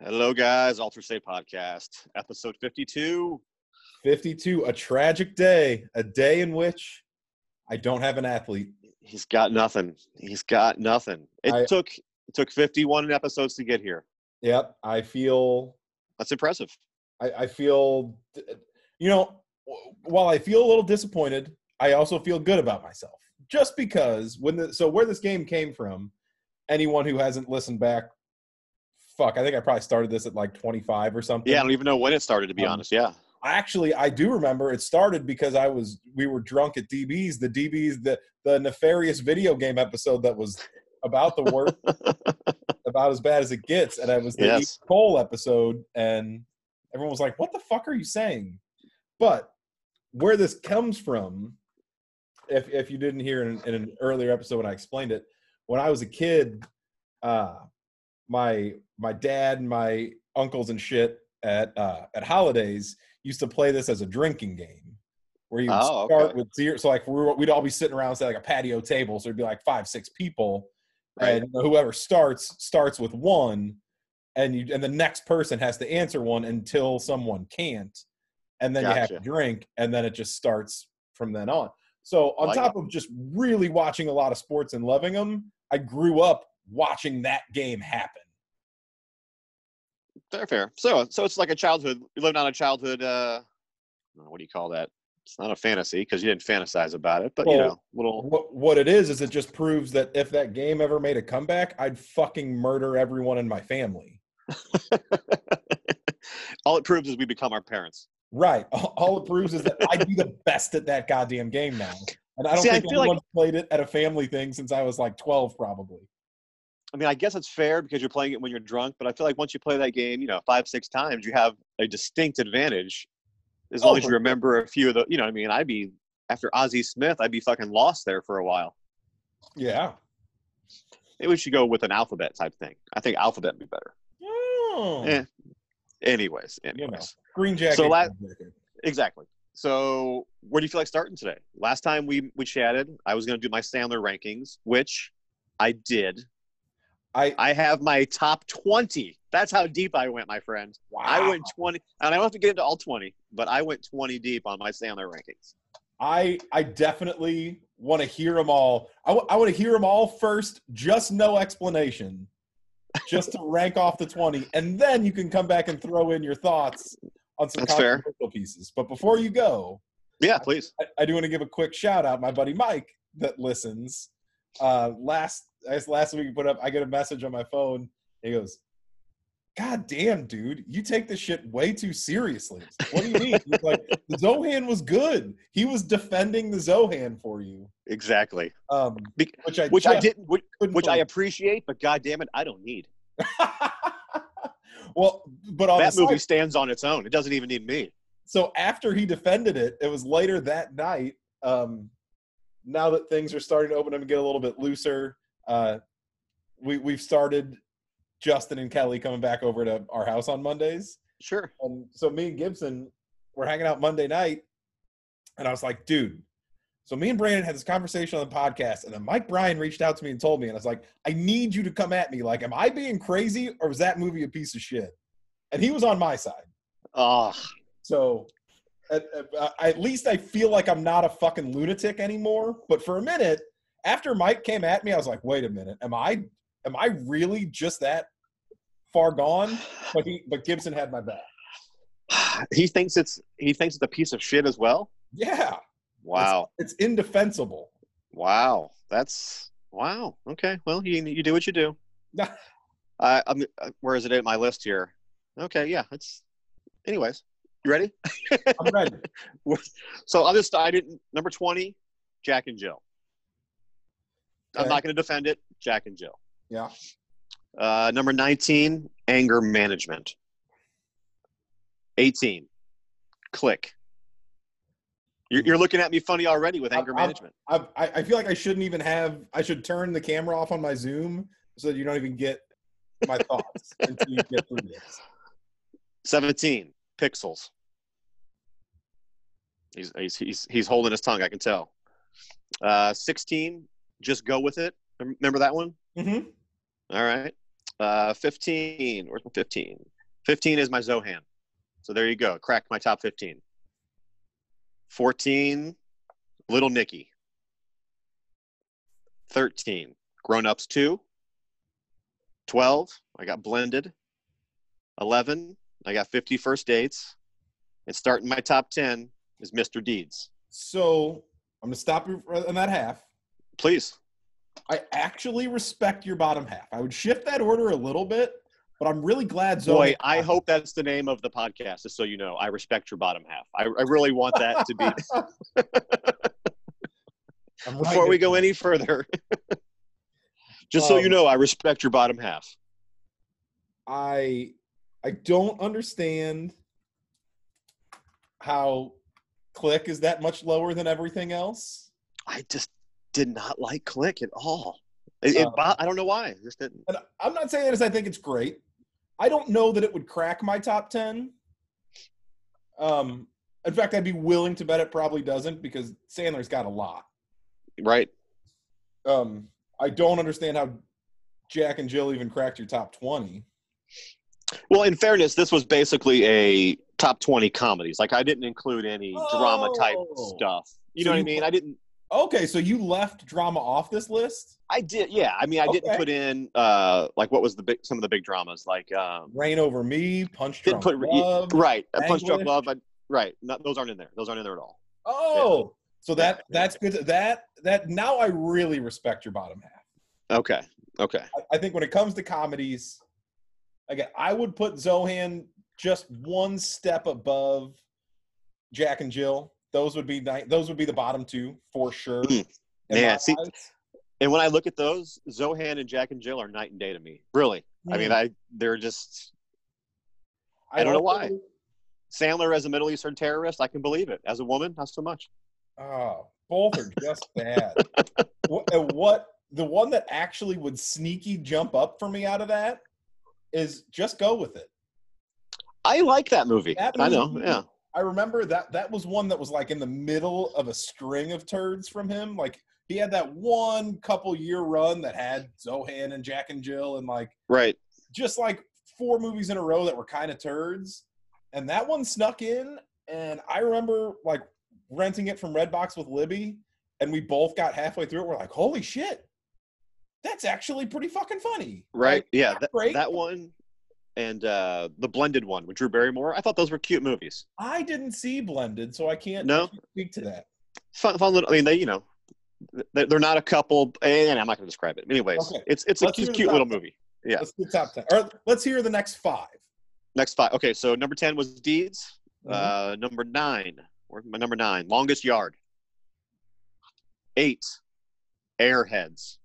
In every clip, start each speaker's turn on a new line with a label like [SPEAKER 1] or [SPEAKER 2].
[SPEAKER 1] Hello, guys. Alter Say Podcast, episode 52.
[SPEAKER 2] 52, a tragic day, a day in which I don't have an athlete.
[SPEAKER 1] He's got nothing. He's got nothing. It
[SPEAKER 2] I-
[SPEAKER 1] took it took 51 episodes to get here.
[SPEAKER 2] Yep, I feel,
[SPEAKER 1] That's impressive.
[SPEAKER 2] I, I feel, you know, while I feel a little disappointed, I also feel good about myself just because when the, so where this game came from, anyone who hasn't listened back, fuck, I think I probably started this at like 25 or something.
[SPEAKER 1] Yeah, I don't even know when it started, to be
[SPEAKER 2] Um,
[SPEAKER 1] honest. Yeah.
[SPEAKER 2] actually i do remember it started because i was we were drunk at db's the db's the the nefarious video game episode that was about the worst about as bad as it gets and i was the
[SPEAKER 1] Yes.
[SPEAKER 2] Eve cole episode and everyone was like what the fuck are you saying but where this comes from if if you didn't hear in, in an earlier episode when i explained it when i was a kid uh my my dad and my uncles and shit at uh at holidays used to play this as a drinking game where you would
[SPEAKER 1] Oh,
[SPEAKER 2] start
[SPEAKER 1] okay.
[SPEAKER 2] with zero. So like we were, we'd all be sitting around say like a patio table. So it'd be like five, six people.
[SPEAKER 1] Right.
[SPEAKER 2] And whoever starts starts with one and you and the next person has to answer one until someone can't. And then you have to
[SPEAKER 1] Gotcha.
[SPEAKER 2] drink and then it just starts from then on. So on
[SPEAKER 1] Like
[SPEAKER 2] top of just really watching a lot of sports and loving them, I grew up watching that game happen.
[SPEAKER 1] Fair, fair. So so it's like a childhood. You lived on a childhood uh what do you call that? It's not a fantasy because you didn't fantasize about it, but you
[SPEAKER 2] Well,
[SPEAKER 1] know, little
[SPEAKER 2] What what it is is it just proves that if that game ever made a comeback, I'd fucking murder everyone in my family.
[SPEAKER 1] all it proves is we become our parents.
[SPEAKER 2] Right. All all it proves is that I'd be the best at that goddamn game now. And I don't
[SPEAKER 1] See, I
[SPEAKER 2] think
[SPEAKER 1] feel like-
[SPEAKER 2] anyone's played it at a family thing since I was like twelve, probably.
[SPEAKER 1] I mean, I guess it's fair because you're playing it when you're drunk, but I feel like once you play that game, you know, five, six times, you have a distinct advantage as long
[SPEAKER 2] Oh,
[SPEAKER 1] as you
[SPEAKER 2] for-
[SPEAKER 1] remember a few of the, you know what I mean? I'd be, after Ozzie Smith, I'd be fucking lost there for a while.
[SPEAKER 2] Yeah.
[SPEAKER 1] Maybe we should go with an alphabet type thing. I think alphabet would be better.
[SPEAKER 2] Oh.
[SPEAKER 1] Eh, Anyways, anyways.
[SPEAKER 2] You know. Green jacket.
[SPEAKER 1] So la-
[SPEAKER 2] green jacket.
[SPEAKER 1] Exactly. So where do you feel like starting today? Last time we, we chatted, I was going to do my Sandler rankings, which I did.
[SPEAKER 2] I
[SPEAKER 1] I have my top 20. That's how deep I went, my friend.
[SPEAKER 2] wow.
[SPEAKER 1] I went 20, and I don't have to get into all 20, but I went 20 deep on my Sandler rankings.
[SPEAKER 2] I I definitely want to hear them all. I want to hear them all first, just no explanation, just to rank off the twenty, and then you can come back and throw in your thoughts on some
[SPEAKER 1] That's fair.
[SPEAKER 2] controversial pieces. But before you go,
[SPEAKER 1] Yeah, please.
[SPEAKER 2] I, I do want to give a quick shout out, my buddy Mike that listens. Uh, last I guess last week, he put up. I get a message on my phone. He goes, "God damn, dude, you take this shit way too seriously. What do you mean? He's like the Zohan was good. He was defending the Zohan for you,
[SPEAKER 1] Exactly.
[SPEAKER 2] um,
[SPEAKER 1] Be-
[SPEAKER 2] which I
[SPEAKER 1] Which I
[SPEAKER 2] just
[SPEAKER 1] didn't, which,
[SPEAKER 2] couldn't
[SPEAKER 1] which I
[SPEAKER 2] believe.
[SPEAKER 1] appreciate, but God damn it, I don't need.
[SPEAKER 2] well, but on
[SPEAKER 1] That
[SPEAKER 2] the
[SPEAKER 1] movie
[SPEAKER 2] movie.
[SPEAKER 1] stands on its own. It doesn't even need me.
[SPEAKER 2] so after he defended it, it was later that night. Um, now that things are starting to open up and get a little bit looser, uh, we we've started Justin and Kelly coming back over to our house on Mondays,
[SPEAKER 1] Sure.
[SPEAKER 2] and so me and Gibson were hanging out Monday night, and I was like, dude. So me and Brandon had this conversation on the podcast, and then Mike Bryan reached out to me and told me, and I was like, I need you to come at me. Like, am I being crazy, or was that movie a piece of shit? And he was on my side.
[SPEAKER 1] Oh,
[SPEAKER 2] So at, at, at least I feel like I'm not a fucking lunatic anymore. But for a minute, after Mike came at me, I was like, wait a minute, am I am I really just that far gone? But he but Gibson had my back.
[SPEAKER 1] he thinks it's he thinks it's a piece of shit as well.
[SPEAKER 2] Yeah.
[SPEAKER 1] Wow.
[SPEAKER 2] It's indefensible.
[SPEAKER 1] Wow. That's wow. Okay. Well, you you do what you do.
[SPEAKER 2] Yeah.
[SPEAKER 1] I, I'm uh, where is it at my list here? Okay. Yeah. It's. Anyways, you ready?
[SPEAKER 2] I'm ready.
[SPEAKER 1] So I'll just I didn't number twenty, Jack and Jill. I'm
[SPEAKER 2] Okay.
[SPEAKER 1] not going to defend it. Jack and Jill.
[SPEAKER 2] Yeah.
[SPEAKER 1] Uh, number nineteen, anger management. Eighteen, click. You're, you're looking at me funny already with
[SPEAKER 2] I'm-
[SPEAKER 1] anger
[SPEAKER 2] I'm-
[SPEAKER 1] management.
[SPEAKER 2] I, I I feel like I shouldn't even have I should turn the camera off on my Zoom so that you don't even get my thoughts until you get through this.
[SPEAKER 1] Seventeen, pixels. He's he's he's he's holding his tongue. I can tell. Uh, Sixteen, just go with it. Remember that one?
[SPEAKER 2] Mm-hmm.
[SPEAKER 1] All right. Uh, 15. Where's my 15? 15 is my Zohan. So there you go. Cracked my top 15. 14, Little Nicky. 13, Grown Ups 2. 12, I got Blended. 11, I got 50 First Dates. And starting my top 10 is Mr. Deeds.
[SPEAKER 2] So I'm gonna stop you on that half.
[SPEAKER 1] Please.
[SPEAKER 2] I actually respect your bottom half. I would shift that order a little bit, but I'm really glad Zoe.
[SPEAKER 1] Boy, I hope that's the name of the podcast, just so you know. I respect your bottom half. I, I really want that to be.
[SPEAKER 2] I'm right
[SPEAKER 1] Before we
[SPEAKER 2] there.
[SPEAKER 1] go any further, just so you
[SPEAKER 2] Um,
[SPEAKER 1] know, I respect your bottom half.
[SPEAKER 2] I I don't understand how click is that much lower than everything else.
[SPEAKER 1] I just did not like Click at all. It, it
[SPEAKER 2] Uh,
[SPEAKER 1] bo- I don't know why. It just didn't.
[SPEAKER 2] And I'm not saying that as I think it's great. I don't know that it would crack my top ten. Um, in fact, I'd be willing to bet it probably doesn't because Sandler's got a lot.
[SPEAKER 1] Right?
[SPEAKER 2] Um, I don't understand how Jack and Jill even cracked your top twenty.
[SPEAKER 1] Well, in fairness, this was basically a top 20 comedies. Like, I didn't include any drama type
[SPEAKER 2] Oh.
[SPEAKER 1] stuff. You
[SPEAKER 2] So
[SPEAKER 1] know what I
[SPEAKER 2] you-
[SPEAKER 1] mean? I didn't.
[SPEAKER 2] Okay, so you left drama off this list.
[SPEAKER 1] I did, yeah. I mean, I didn't
[SPEAKER 2] Okay.
[SPEAKER 1] put in uh like what was the big some of the big dramas like um
[SPEAKER 2] Rain over me, punch
[SPEAKER 1] Didn't put
[SPEAKER 2] drunk
[SPEAKER 1] re-
[SPEAKER 2] love.
[SPEAKER 1] right a punch drunk
[SPEAKER 2] Anguish.
[SPEAKER 1] love. I, right, not, those aren't in there. Those aren't in there at all.
[SPEAKER 2] Oh, so that
[SPEAKER 1] Yeah.
[SPEAKER 2] that's good. to- That that now I really respect your bottom half.
[SPEAKER 1] Okay, okay,
[SPEAKER 2] I, I think when it comes to comedies, again, I would put Zohan just one step above Jack and Jill. Those would be ni- those would be the bottom two for sure.
[SPEAKER 1] Mm.
[SPEAKER 2] in my
[SPEAKER 1] Yeah, see-
[SPEAKER 2] eyes.
[SPEAKER 1] and when I look at those, Zohan and Jack and Jill are night and day to me. Really, I
[SPEAKER 2] hmm,
[SPEAKER 1] mean, I they're just I don't know why.
[SPEAKER 2] also-
[SPEAKER 1] Sandler as a Middle Eastern terrorist. I can believe it. As a woman, not so much.
[SPEAKER 2] Oh, both are just bad. what, and what the one that actually would sneaky jump up for me out of that is just go with it.
[SPEAKER 1] I like that movie.
[SPEAKER 2] That
[SPEAKER 1] I know.
[SPEAKER 2] movie-
[SPEAKER 1] Yeah,
[SPEAKER 2] I remember that that was one that was like in the middle of a string of turds from him. Like he had that one couple year run that had Zohan and Jack and Jill and like
[SPEAKER 1] right.
[SPEAKER 2] just like four movies in a row that were kind of turds. And that one snuck in and I remember like renting it from Redbox with Libby and we both got halfway through it. We're like, holy shit. That's actually pretty fucking funny.
[SPEAKER 1] Right.
[SPEAKER 2] Like,
[SPEAKER 1] Yeah.
[SPEAKER 2] not
[SPEAKER 1] That,
[SPEAKER 2] great.
[SPEAKER 1] that one and uh, the blended one with Drew Barrymore. I thought those were cute movies.
[SPEAKER 2] I didn't see blended, so I can't
[SPEAKER 1] No?
[SPEAKER 2] speak to that.
[SPEAKER 1] Fun, fun little. I mean, they, you know, they- they're not a couple, and I'm not going to describe it. Anyways,
[SPEAKER 2] Okay.
[SPEAKER 1] it's it's a
[SPEAKER 2] Let's hear
[SPEAKER 1] cute,
[SPEAKER 2] the
[SPEAKER 1] cute
[SPEAKER 2] top
[SPEAKER 1] little
[SPEAKER 2] ten.
[SPEAKER 1] movie. Yeah.
[SPEAKER 2] Let's do top ten. Or let's hear the next five.
[SPEAKER 1] Next five. Okay, so number ten was Deeds.
[SPEAKER 2] Mm-hmm.
[SPEAKER 1] Uh, number nine. Where my number nine? Longest Yard. Eight. Airheads.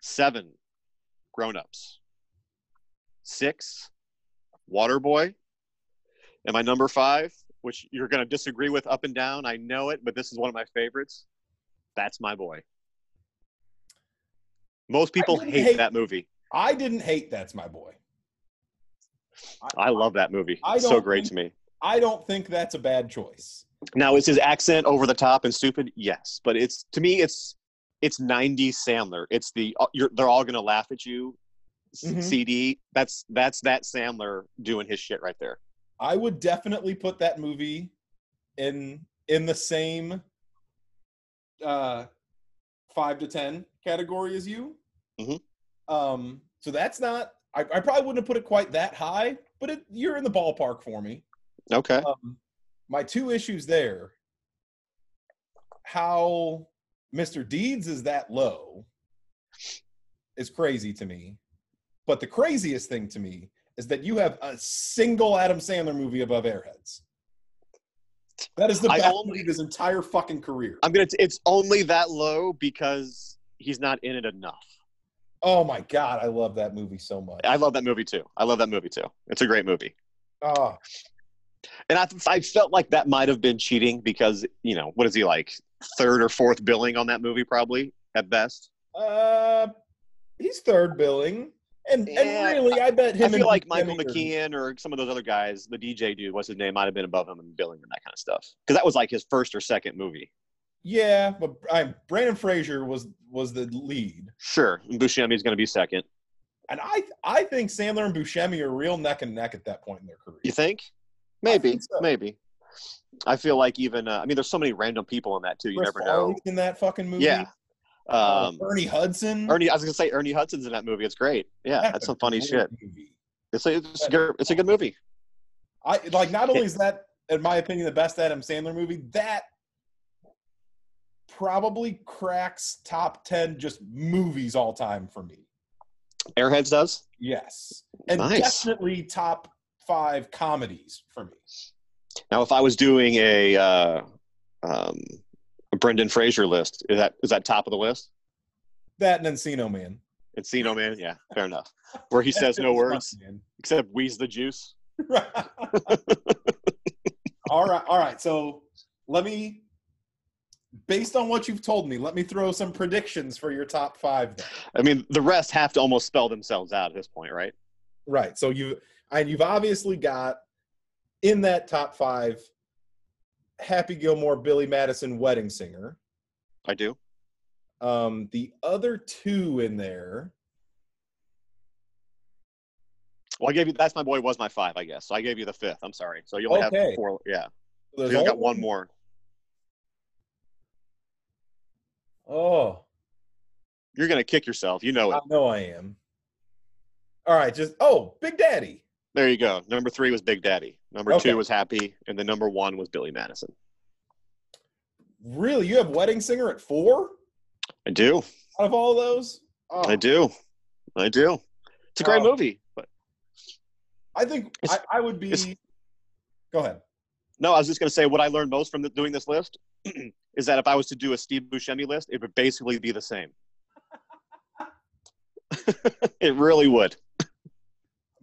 [SPEAKER 1] Seven. Grown Ups. Six. Waterboy. And my number five, which you're going to disagree with up and down, I know it, but this is one of my favorites. That's my boy. Most people
[SPEAKER 2] didn't
[SPEAKER 1] hate,
[SPEAKER 2] hate-
[SPEAKER 1] that movie.
[SPEAKER 2] I didn't hate That's My Boy.
[SPEAKER 1] I love that movie.
[SPEAKER 2] I
[SPEAKER 1] It's so
[SPEAKER 2] don't
[SPEAKER 1] great
[SPEAKER 2] think-
[SPEAKER 1] to me.
[SPEAKER 2] I don't think that's a bad choice.
[SPEAKER 1] Now is his accent over the top and stupid? Yes, but it's to me it's it's 90s Sandler. It's the uh, you're, they're all gonna laugh at you. s-
[SPEAKER 2] Mhm.
[SPEAKER 1] CD. That's that's that Sandler doing his shit right there.
[SPEAKER 2] I would definitely put that movie in in the same uh five to ten category as you.
[SPEAKER 1] Mhm.
[SPEAKER 2] Um so that's not I, I probably wouldn't have put it quite that high, but it, you're in the ballpark for me.
[SPEAKER 1] Okay.
[SPEAKER 2] Um, my two issues there how Mr. Deeds is that low is crazy to me. But the craziest thing to me is that you have a single Adam Sandler movie above Airheads. That is the
[SPEAKER 1] I
[SPEAKER 2] best
[SPEAKER 1] only-
[SPEAKER 2] movie of his entire fucking career.
[SPEAKER 1] I'm gonna. T- it's only that low because he's not in it enough.
[SPEAKER 2] oh my god, I love that movie so much.
[SPEAKER 1] I love that movie too. I love that movie too. It's a great movie.
[SPEAKER 2] Ah,
[SPEAKER 1] And I, I felt like that might have been cheating because you know what is he like third or fourth billing on that movie probably at best.
[SPEAKER 2] uh, he's third billing, and
[SPEAKER 1] Yeah,
[SPEAKER 2] and really, I bet him.
[SPEAKER 1] I
[SPEAKER 2] and
[SPEAKER 1] feel like Michael
[SPEAKER 2] Jimmy are-
[SPEAKER 1] McKeon or some of those other guys, the DJ dude, what's his name, might have been above him in billing and that kind of stuff. Because that was like his first or second movie.
[SPEAKER 2] Yeah, but I Brandon Fraser was was the lead.
[SPEAKER 1] Sure, Buscemi's going to be second.
[SPEAKER 2] And I I think Sandler and Buscemi are real neck and neck at that point in their career.
[SPEAKER 1] You think? Maybe,
[SPEAKER 2] think so.
[SPEAKER 1] maybe. I feel like even uh, I mean, there's so many random people in that too. You
[SPEAKER 2] Chris
[SPEAKER 1] never
[SPEAKER 2] Farley
[SPEAKER 1] know.
[SPEAKER 2] in that fucking movie.
[SPEAKER 1] Yeah.
[SPEAKER 2] Uh,
[SPEAKER 1] Um,
[SPEAKER 2] Ernie Hudson.
[SPEAKER 1] Ernie, I was gonna say Ernie Hudson's in that movie. It's great. Yeah, that's some
[SPEAKER 2] a
[SPEAKER 1] funny
[SPEAKER 2] great
[SPEAKER 1] shit.
[SPEAKER 2] movie.
[SPEAKER 1] It's a, it's a good, it's a good movie.
[SPEAKER 2] I like. Not only is that, in my opinion, the best Adam Sandler movie, that probably cracks top ten just movies all time for me.
[SPEAKER 1] Airheads does.
[SPEAKER 2] Yes, and
[SPEAKER 1] Nice.
[SPEAKER 2] definitely top five comedies for me.
[SPEAKER 1] Now, if I was doing a uh, um, a Brendan Fraser list, is that is that top of the list?
[SPEAKER 2] That and Encino Man.
[SPEAKER 1] Encino Man. Yeah, fair enough. Where he says no words
[SPEAKER 2] Man.
[SPEAKER 1] except "wheeze the juice."
[SPEAKER 2] all right, all right. So let me, based on what you've told me, let me throw some predictions for your top five. Then.
[SPEAKER 1] I mean, the rest have to almost spell themselves out at this point, right?
[SPEAKER 2] Right. So you and you've obviously got in that top five Happy Gilmore, Billy Madison, Wedding Singer.
[SPEAKER 1] I do.
[SPEAKER 2] Um, the other two in there,
[SPEAKER 1] Well, I gave you that's my boy was my five, I guess. So I gave you the fifth. I'm sorry. So you only
[SPEAKER 2] Okay.
[SPEAKER 1] have four. Yeah, so
[SPEAKER 2] there's
[SPEAKER 1] you only got
[SPEAKER 2] only-
[SPEAKER 1] one more.
[SPEAKER 2] Oh,
[SPEAKER 1] You're gonna kick yourself. You know
[SPEAKER 2] I
[SPEAKER 1] it.
[SPEAKER 2] know I am. All right, just oh, Big Daddy.
[SPEAKER 1] There you go. Number three was Big Daddy. Number
[SPEAKER 2] Okay.
[SPEAKER 1] two was Happy, and the number one was Billy Madison.
[SPEAKER 2] Really, you have Wedding Singer at four
[SPEAKER 1] I do.
[SPEAKER 2] out of all those? Oh,
[SPEAKER 1] I do. I do. It's a great
[SPEAKER 2] Oh.
[SPEAKER 1] movie. But
[SPEAKER 2] I think I,
[SPEAKER 1] It's-
[SPEAKER 2] I would be.
[SPEAKER 1] it's-
[SPEAKER 2] Go ahead.
[SPEAKER 1] no, I was just gonna say what I learned most from the, doing this list is that if I was to do a Steve Buscemi list, it would basically be the same. it really would.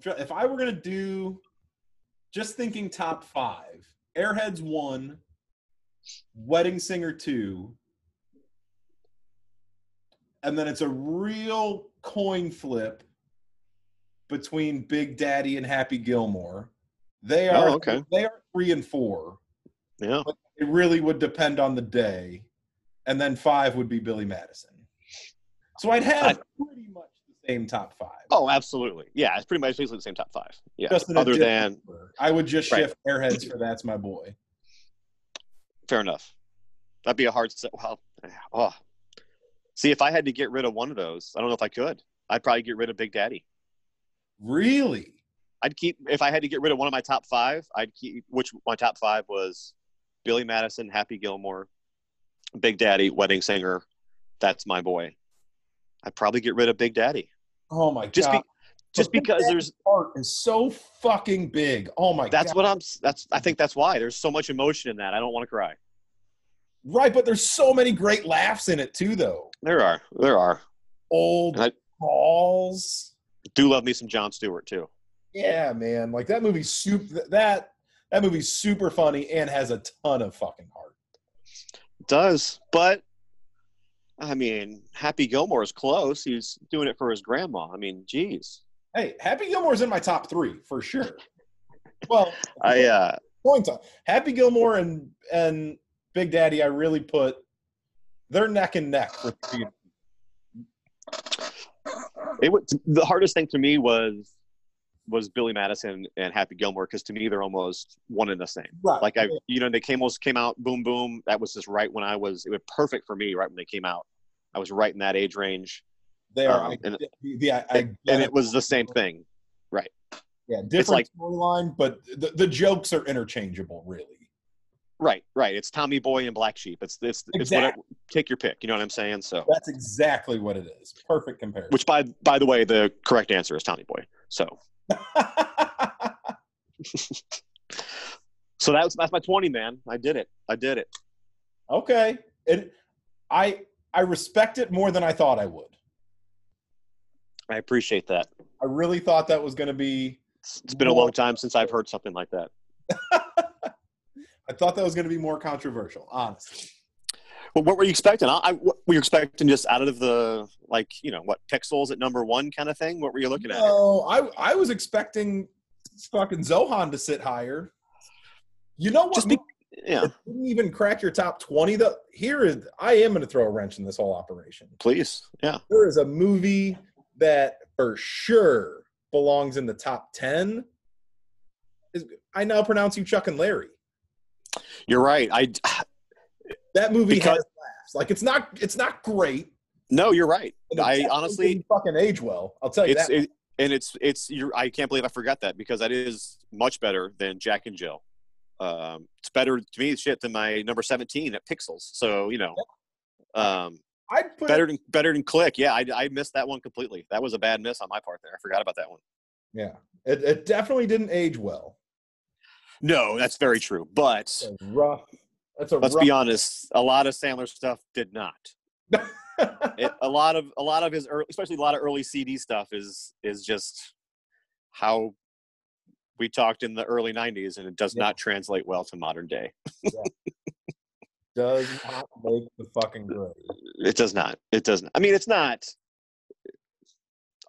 [SPEAKER 2] If I were gonna do, just thinking top five: Airheads one, Wedding Singer two, and then it's a real coin flip between Big Daddy and Happy Gilmore. They
[SPEAKER 1] Oh,
[SPEAKER 2] are
[SPEAKER 1] okay.
[SPEAKER 2] they are three and four.
[SPEAKER 1] Yeah.
[SPEAKER 2] It really would depend on the day, and then five would be Billy Madison. So I'd have pretty much the same top five.
[SPEAKER 1] Oh, absolutely. Yeah, it's pretty much basically the same top five. Yeah.
[SPEAKER 2] Just in a
[SPEAKER 1] Other
[SPEAKER 2] different
[SPEAKER 1] than
[SPEAKER 2] order. I would just
[SPEAKER 1] Right.
[SPEAKER 2] shift airheads for that's my boy.
[SPEAKER 1] Fair enough. That'd be a hard set. Well, oh. see, if I had to get rid of one of those, I don't know if I could. I'd probably get rid of Big Daddy.
[SPEAKER 2] Really?
[SPEAKER 1] I'd keep if I had to get rid of one of my top five. I'd keep which my top five was Billy Madison, Happy Gilmore, Big Daddy, Wedding Singer. That's my boy. I'd probably get rid of Big Daddy
[SPEAKER 2] Oh my
[SPEAKER 1] just
[SPEAKER 2] god!
[SPEAKER 1] be, just
[SPEAKER 2] Big
[SPEAKER 1] because
[SPEAKER 2] Daddy-
[SPEAKER 1] there's
[SPEAKER 2] Art is so fucking big. Oh my
[SPEAKER 1] that's
[SPEAKER 2] god!
[SPEAKER 1] what I'm that's I think that's why there's so much emotion in that. I don't want to cry.
[SPEAKER 2] right, but there's so many great laughs in it too, though.
[SPEAKER 1] There are there are.
[SPEAKER 2] Old
[SPEAKER 1] And I-
[SPEAKER 2] balls.
[SPEAKER 1] Do love me some John Stewart too.
[SPEAKER 2] Yeah, man. Like that movie's super. That that movie's super funny and has a ton of fucking heart.
[SPEAKER 1] does, but I mean, Happy Gilmore is close. He's doing it for his grandma. I mean, geez.
[SPEAKER 2] Hey, Happy Gilmore's in my top three for sure. Well,
[SPEAKER 1] I uh,
[SPEAKER 2] going to Happy Gilmore and and Big Daddy, I really put they're neck and neck for three.
[SPEAKER 1] it was the hardest thing to me was was Billy Madison and Happy Gilmore because to me they're almost one and the same.
[SPEAKER 2] Right.
[SPEAKER 1] Like I, you know, they came almost came out boom boom. That was just right when I was. It was perfect for me right when they came out. I was right in that age range,
[SPEAKER 2] they are
[SPEAKER 1] um, and-
[SPEAKER 2] the, the, I,
[SPEAKER 1] and it was the same thing.
[SPEAKER 2] yeah,
[SPEAKER 1] it's
[SPEAKER 2] different
[SPEAKER 1] like-
[SPEAKER 2] storyline, but the, the jokes are interchangeable, really.
[SPEAKER 1] Right, right. It's Tommy Boy and Black Sheep. It's it's it's whatever, take your pick. You know what I'm saying? So
[SPEAKER 2] That's exactly what it is. Perfect comparison.
[SPEAKER 1] Which, by by the way, the correct answer is Tommy Boy. So, so that was that's my twenty, man. I did it. I did it.
[SPEAKER 2] okay, and I I respect it more than I thought I would.
[SPEAKER 1] I appreciate that.
[SPEAKER 2] I really thought that was going to be
[SPEAKER 1] It's- it's been a long time since I've heard something like that.
[SPEAKER 2] I thought that was going to be more controversial. Honestly,
[SPEAKER 1] Well, what were you expecting? I, I, what were you expecting just out of the like you know what pixels at number one kind of thing? What were you looking at?
[SPEAKER 2] no, I I was expecting fucking Zohan to sit higher. You know what?
[SPEAKER 1] Just
[SPEAKER 2] movie
[SPEAKER 1] be- Yeah,
[SPEAKER 2] didn't even crack your top twenty. Though here is I am going to throw a wrench in this whole operation.
[SPEAKER 1] please. Yeah,
[SPEAKER 2] There is a movie that for sure belongs in the top 10 is I now pronounce you Chuck and Larry.
[SPEAKER 1] You're right. I
[SPEAKER 2] That movie
[SPEAKER 1] Because-
[SPEAKER 2] has laughs. Like it's not it's not great.
[SPEAKER 1] no, you're right.
[SPEAKER 2] and it
[SPEAKER 1] I
[SPEAKER 2] definitely
[SPEAKER 1] honestly-
[SPEAKER 2] didn't fucking age well. I'll tell you
[SPEAKER 1] It's
[SPEAKER 2] that.
[SPEAKER 1] it, and it's it's you're, I can't believe I forgot that because that is much better than Jack and Jill. Um, it's better to me shit than my number 17 at Pixels. So, you know, um,
[SPEAKER 2] I'd put
[SPEAKER 1] better
[SPEAKER 2] it,
[SPEAKER 1] than better than Click. Yeah, I, I missed that one completely. That was a bad miss on my part there. I forgot about that one.
[SPEAKER 2] yeah. It, it definitely didn't age well.
[SPEAKER 1] No, that's very true. But
[SPEAKER 2] It's a rough. That's a
[SPEAKER 1] let's
[SPEAKER 2] rough.
[SPEAKER 1] be honest, a lot of Sandler stuff did not. It, a lot of a lot of his early, especially a lot of early CD stuff is is just how we talked in the early 90s and it does
[SPEAKER 2] Yeah.
[SPEAKER 1] not translate well to modern day.
[SPEAKER 2] Does not make the fucking grade.
[SPEAKER 1] It does not. It doesn't. I mean, it's not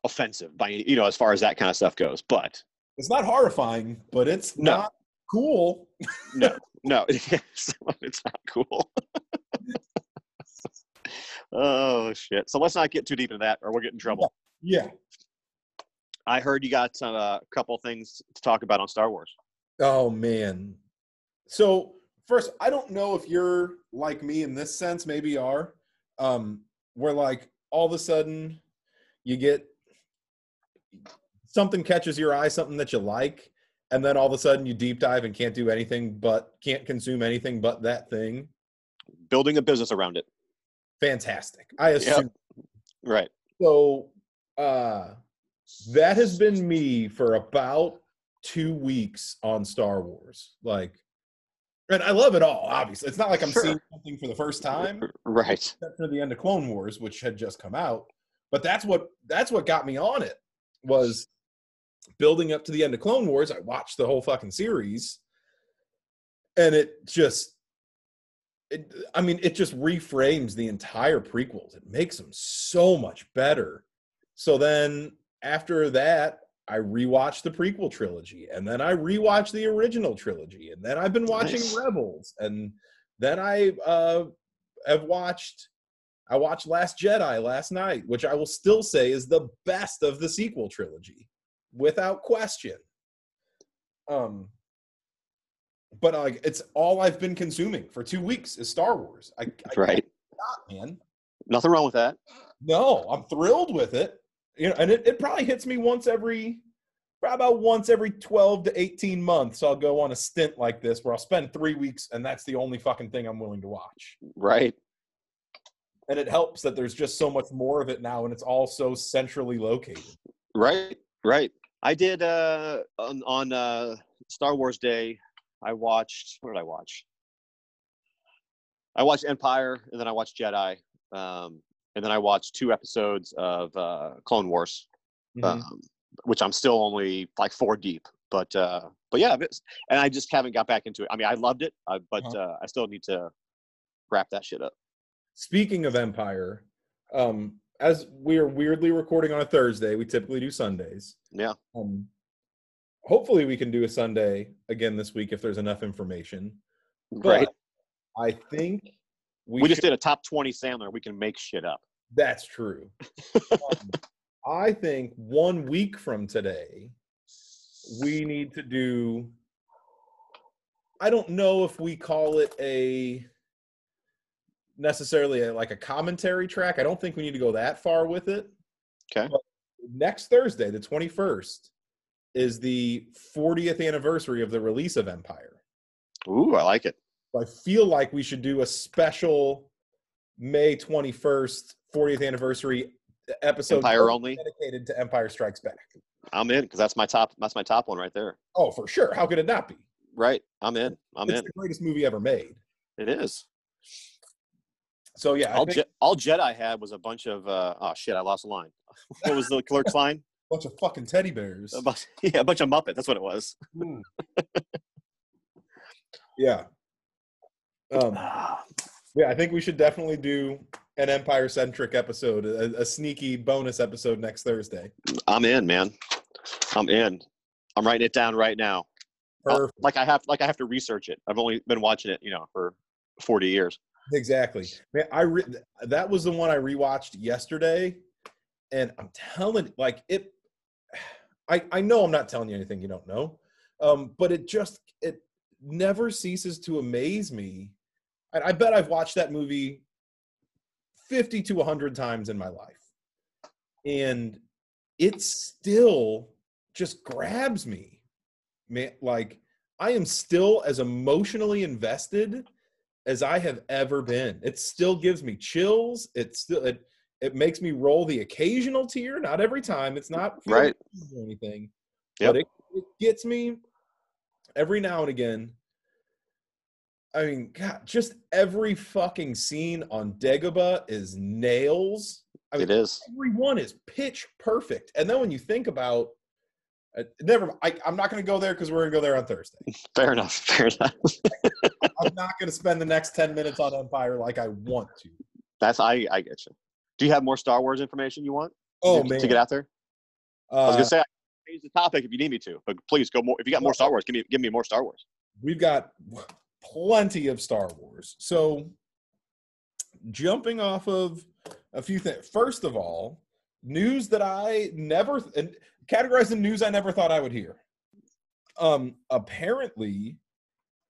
[SPEAKER 1] offensive by you know as far as that kind of stuff goes, but
[SPEAKER 2] It's not horrifying, but it's
[SPEAKER 1] No.
[SPEAKER 2] not cool.
[SPEAKER 1] No, it's it's not cool. oh shit! So let's not get too deep into that, or we'll get in trouble.
[SPEAKER 2] Yeah.
[SPEAKER 1] I heard you got uh, a couple things to talk about on Star Wars.
[SPEAKER 2] Oh man. So first, I don't know if you're like me in this sense. Maybe you are. Um, where like all of a sudden you get something catches your eye, something that you like, and then all of a sudden you deep dive and can't do anything but can't consume anything but that thing.
[SPEAKER 1] Building a business around it,
[SPEAKER 2] Fantastic. I assume
[SPEAKER 1] right?
[SPEAKER 2] So uh that has been me for about two weeks on Star Wars. Like and I love it all, obviously. It's not like I'm
[SPEAKER 1] Sure.
[SPEAKER 2] seeing something for the first time,
[SPEAKER 1] Right.
[SPEAKER 2] except for the end of Clone Wars, which had just come out. But that's what that's what got me on it was building up to the end of Clone Wars. I watched the whole fucking series, and it just, it, I mean, it just reframes the entire prequels. It makes them so much better. So then after that. I rewatched the prequel trilogy, and then I rewatched the original trilogy, and then I've been watching
[SPEAKER 1] Nice.
[SPEAKER 2] Rebels, and then I uh, have watched I watched Last Jedi last night, which I will still say is the best of the sequel trilogy, without question. Um, but like it's all I've been consuming for two weeks is Star Wars. I, I
[SPEAKER 1] Right.
[SPEAKER 2] can't, man.
[SPEAKER 1] Nothing wrong with that.
[SPEAKER 2] No, I'm thrilled with it. You know, and it, it probably hits me once every probably about once every 12 to 18 months. I'll go on a stint like this where I'll spend three weeks and that's the only fucking thing I'm willing to watch
[SPEAKER 1] Right.
[SPEAKER 2] and it helps that there's just so much more of it now and it's all so centrally located
[SPEAKER 1] Right. Right. I did uh, on on uh, Star Wars Day. I watched. What did I watch? I watched Empire, and then I watched Jedi, um, and then I watched two episodes of uh, Clone Wars.
[SPEAKER 2] Mm-hmm.
[SPEAKER 1] um, which I'm still only like four deep. But uh, but yeah, it's- and I just haven't got back into it. I mean, I loved it, uh, but
[SPEAKER 2] Uh-huh.
[SPEAKER 1] uh, I still need to wrap that shit up.
[SPEAKER 2] speaking of empire um as we are weirdly recording on a thursday we typically do sundays
[SPEAKER 1] Yeah.
[SPEAKER 2] um hopefully we can do a sunday again this week if there's enough information but
[SPEAKER 1] Right.
[SPEAKER 2] i think
[SPEAKER 1] We,
[SPEAKER 2] we, should,
[SPEAKER 1] just did a top twenty Sandler. We can make shit up.
[SPEAKER 2] that's true Um, i think one week from today we need to do i don't know if we call it a necessarily a, like a commentary track i don't think we need to go that far with it
[SPEAKER 1] Okay.
[SPEAKER 2] But next thursday the 21st is the 40th anniversary of the release of empire
[SPEAKER 1] Ooh, I like it.
[SPEAKER 2] so i feel like we should do a special may 21st 40th anniversary episode
[SPEAKER 1] Empire only.
[SPEAKER 2] dedicated to empire strikes back
[SPEAKER 1] I'm in because that's my top. That's my top one right there.
[SPEAKER 2] oh for sure how could it not be
[SPEAKER 1] Right. I'm in. I'm
[SPEAKER 2] it's
[SPEAKER 1] in.
[SPEAKER 2] the greatest movie ever made
[SPEAKER 1] It is.
[SPEAKER 2] So yeah, I
[SPEAKER 1] All,
[SPEAKER 2] think
[SPEAKER 1] Je- all Jedi had was a bunch of. Uh, oh shit! I lost the line. what was the clerk's line?
[SPEAKER 2] a bunch of fucking teddy bears.
[SPEAKER 1] A bunch, yeah, a bunch of Muppet. That's what it was.
[SPEAKER 2] Mm. yeah. Um,
[SPEAKER 1] Ah.
[SPEAKER 2] yeah, I think we should definitely do an Empire centric episode, a, a sneaky bonus episode next Thursday.
[SPEAKER 1] I'm in, man. I'm in. I'm writing it down right now. I'll-
[SPEAKER 2] Perfect.
[SPEAKER 1] like I have like I have to research it. I've only been watching it, you know, for 40 years.
[SPEAKER 2] Exactly. Man, I re- that was the one I rewatched yesterday, and I'm telling like it I I know I'm not telling you anything you don't know. Um but it just it never ceases to amaze me. And I bet I've watched that movie 50 to 100 times in my life. And it still just grabs me. Man, like I am still as emotionally invested as I have ever been. It still gives me chills. It still it, it makes me roll the occasional tear, not every time. It's not feeling
[SPEAKER 1] Right.
[SPEAKER 2] or anything.
[SPEAKER 1] Yep.
[SPEAKER 2] But it, it gets me every now and again. I mean, God, just every fucking scene on Dagobah is nails. I
[SPEAKER 1] It
[SPEAKER 2] mean,
[SPEAKER 1] is.
[SPEAKER 2] every one is pitch perfect. And then when you think about, uh, never, I, I'm not going to go there because we're going to go there on Thursday.
[SPEAKER 1] Fair enough. Fair enough.
[SPEAKER 2] I'm not going to spend the next 10 minutes on Empire like I want to.
[SPEAKER 1] That's I. I get you. Do you have more Star Wars information you want?
[SPEAKER 2] Oh,
[SPEAKER 1] to,
[SPEAKER 2] man.
[SPEAKER 1] to get out there. I was
[SPEAKER 2] Uh,
[SPEAKER 1] gonna say I can change the topic if you need me to, but please go more. If you got more Star Wars, give me give me more Star Wars.
[SPEAKER 2] we've got plenty of Star Wars. So, jumping off of a few things. First of all, news that I never and categorized in news I never thought I would hear. Um, apparently,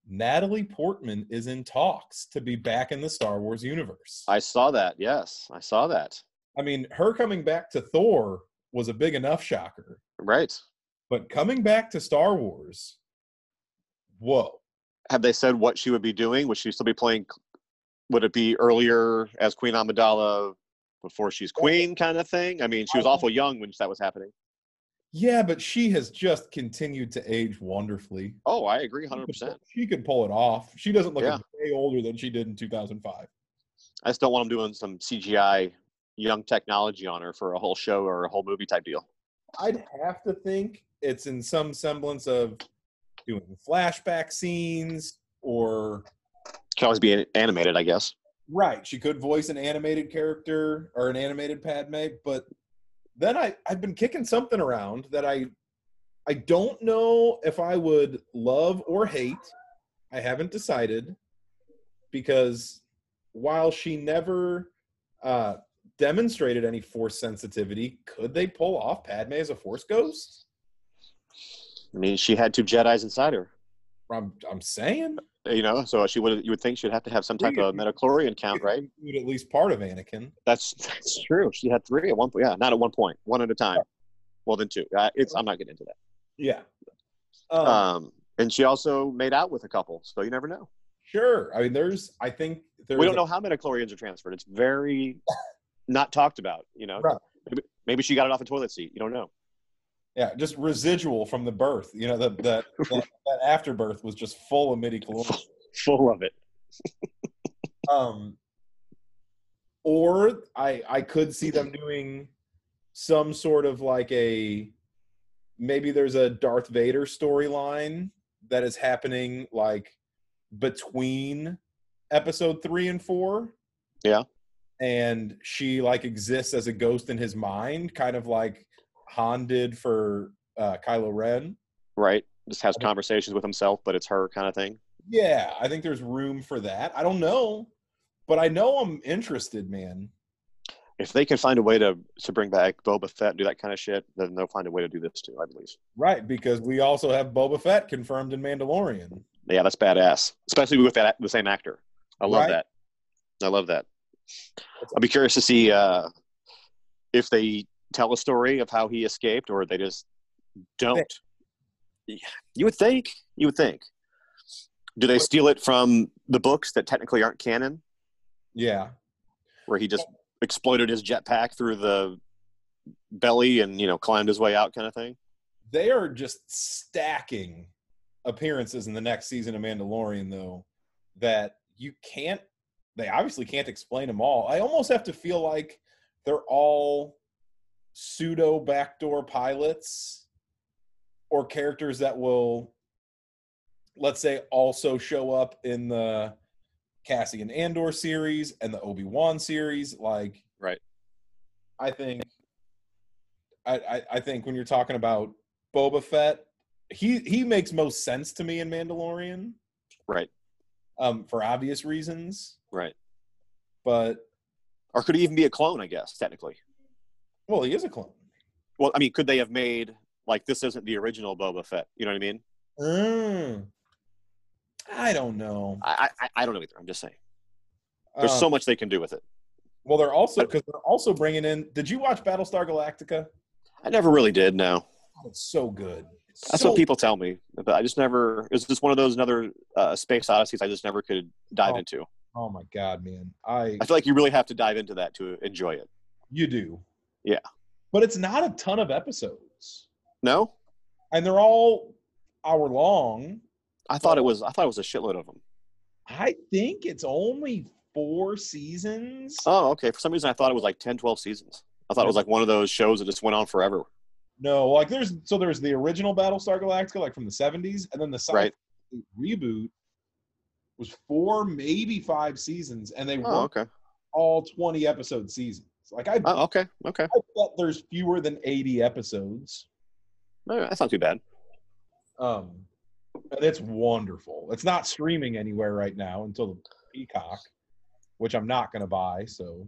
[SPEAKER 2] Natalie Portman is in talks to be back in the Star Wars universe. I,
[SPEAKER 1] I saw that. Yes, I saw that.
[SPEAKER 2] mean, her coming back to Thor was a big enough shocker,
[SPEAKER 1] Right.
[SPEAKER 2] but coming back to Star Wars, whoa.
[SPEAKER 1] Have they said what she would be doing? Would she still be playing? Would it be earlier as Queen Amidala before she's queen kind of thing? I mean, she was awful young when that was happening.
[SPEAKER 2] Yeah, but she has just continued to age wonderfully.
[SPEAKER 1] Oh, I agree 100%.
[SPEAKER 2] She could pull it off. She doesn't look
[SPEAKER 1] Yeah.
[SPEAKER 2] way older than she did in 2005.
[SPEAKER 1] I just don't want them doing some CGI young technology on her for a whole show or a whole movie type deal.
[SPEAKER 2] I'd have to think it's in some semblance of doing flashback scenes or
[SPEAKER 1] Could always be an- animated, I guess.
[SPEAKER 2] right, she could voice an animated character or an animated Padme, but then I I've been kicking something around that I I don't know if I would love or hate. I haven't decided because while she never uh, demonstrated any force sensitivity, could they pull off Padme as a force ghost?
[SPEAKER 1] I mean, she had two Jedi's inside her,
[SPEAKER 2] I'm I'm saying
[SPEAKER 1] you know, so she would you would think she'd have to have some type of metachlorian count, right?
[SPEAKER 2] Include at least part of Anakin.
[SPEAKER 1] That's that's true. She had three at one point. Yeah, not at one point, one at a time. Well, then two. Uh, it's I'm not getting into that.
[SPEAKER 2] Yeah. Um,
[SPEAKER 1] Um, and she also made out with a couple, so you never know.
[SPEAKER 2] sure. I mean, there's. I think there's.
[SPEAKER 1] We don't
[SPEAKER 2] a-
[SPEAKER 1] know how metachlorians are transferred. It's very not talked about, you know.
[SPEAKER 2] Right.
[SPEAKER 1] Maybe, maybe she got it off a toilet seat. You don't know.
[SPEAKER 2] Yeah, just residual from the birth. You know, that that that, that afterbirth was just full of midi chlorians.
[SPEAKER 1] Full of it.
[SPEAKER 2] Um, or I I could see them doing some sort of like a maybe there's a Darth Vader storyline that is happening like between episode three and four.
[SPEAKER 1] Yeah.
[SPEAKER 2] And she like exists as a ghost in his mind, kind of like Han did for uh, Kylo Ren.
[SPEAKER 1] right? Just has conversations with himself, but it's her kind of thing.
[SPEAKER 2] Yeah, I think there's room for that. I don't know, but I know I'm interested, man.
[SPEAKER 1] If they can find a way to to bring back Boba Fett and do that kind of shit, then they'll find a way to do this too, I believe.
[SPEAKER 2] Right, because we also have Boba Fett confirmed in Mandalorian.
[SPEAKER 1] Yeah, that's badass, especially with that the same actor. I love
[SPEAKER 2] Right.
[SPEAKER 1] that. I love that. I'll be curious to see uh, if they tell a story of how he escaped, or they just don't. Yeah, You would think. You would think. Do they steal it from the books that technically aren't canon?
[SPEAKER 2] Yeah.
[SPEAKER 1] where he just exploited his jetpack through the belly and you know climbed his way out kind of thing
[SPEAKER 2] They are just stacking appearances in the next season of Mandalorian though that you can't they obviously can't explain them all. I almost have to feel like they're all pseudo backdoor pilots or characters that will let's say also show up in the Cassian Andor series and the Obi-Wan series like
[SPEAKER 1] Right.
[SPEAKER 2] I think I, I I think when you're talking about Boba Fett he he makes most sense to me in Mandalorian
[SPEAKER 1] right
[SPEAKER 2] um for obvious reasons
[SPEAKER 1] right
[SPEAKER 2] but
[SPEAKER 1] or could he even be a clone i guess technically
[SPEAKER 2] Well, he is a clone.
[SPEAKER 1] Well, I mean, could they have made like this isn't the original Boba Fett? You know what I mean?
[SPEAKER 2] Mm. I don't know.
[SPEAKER 1] I I, I don't know either. I'm just saying. There's
[SPEAKER 2] Um,
[SPEAKER 1] so much they can do with it.
[SPEAKER 2] Well, they're also because they're also bringing in. Did you watch Battlestar Galactica?
[SPEAKER 1] I never really did. No,
[SPEAKER 2] Oh, it's so good. It's
[SPEAKER 1] that's
[SPEAKER 2] so
[SPEAKER 1] what people tell me, but I just never. It's just one of those another uh, space odysseys I just never could dive
[SPEAKER 2] Oh.
[SPEAKER 1] into.
[SPEAKER 2] Oh my god, man! I
[SPEAKER 1] I feel like you really have to dive into that to enjoy it.
[SPEAKER 2] you do.
[SPEAKER 1] Yeah.
[SPEAKER 2] but it's not a ton of episodes,
[SPEAKER 1] No,
[SPEAKER 2] and they're all hour long.
[SPEAKER 1] I thought it was. I thought it was a shitload of them.
[SPEAKER 2] I think it's only four seasons.
[SPEAKER 1] Oh, okay. For some reason, I thought it was like 10, 12 seasons. I thought it was like one of those shows that just went on forever.
[SPEAKER 2] No, like there's so there's the original Battlestar Galactica, like from the '70s, and then the sci
[SPEAKER 1] Right.
[SPEAKER 2] reboot was four, maybe five seasons, and they
[SPEAKER 1] Oh,
[SPEAKER 2] were
[SPEAKER 1] okay.
[SPEAKER 2] all 20 episode seasons. Like I,
[SPEAKER 1] Oh, okay. Okay.
[SPEAKER 2] I bet there's fewer than 80 episodes.
[SPEAKER 1] No, that's not too bad.
[SPEAKER 2] Um, and it's wonderful. It's not streaming anywhere right now until the Peacock, which I'm not going to buy. So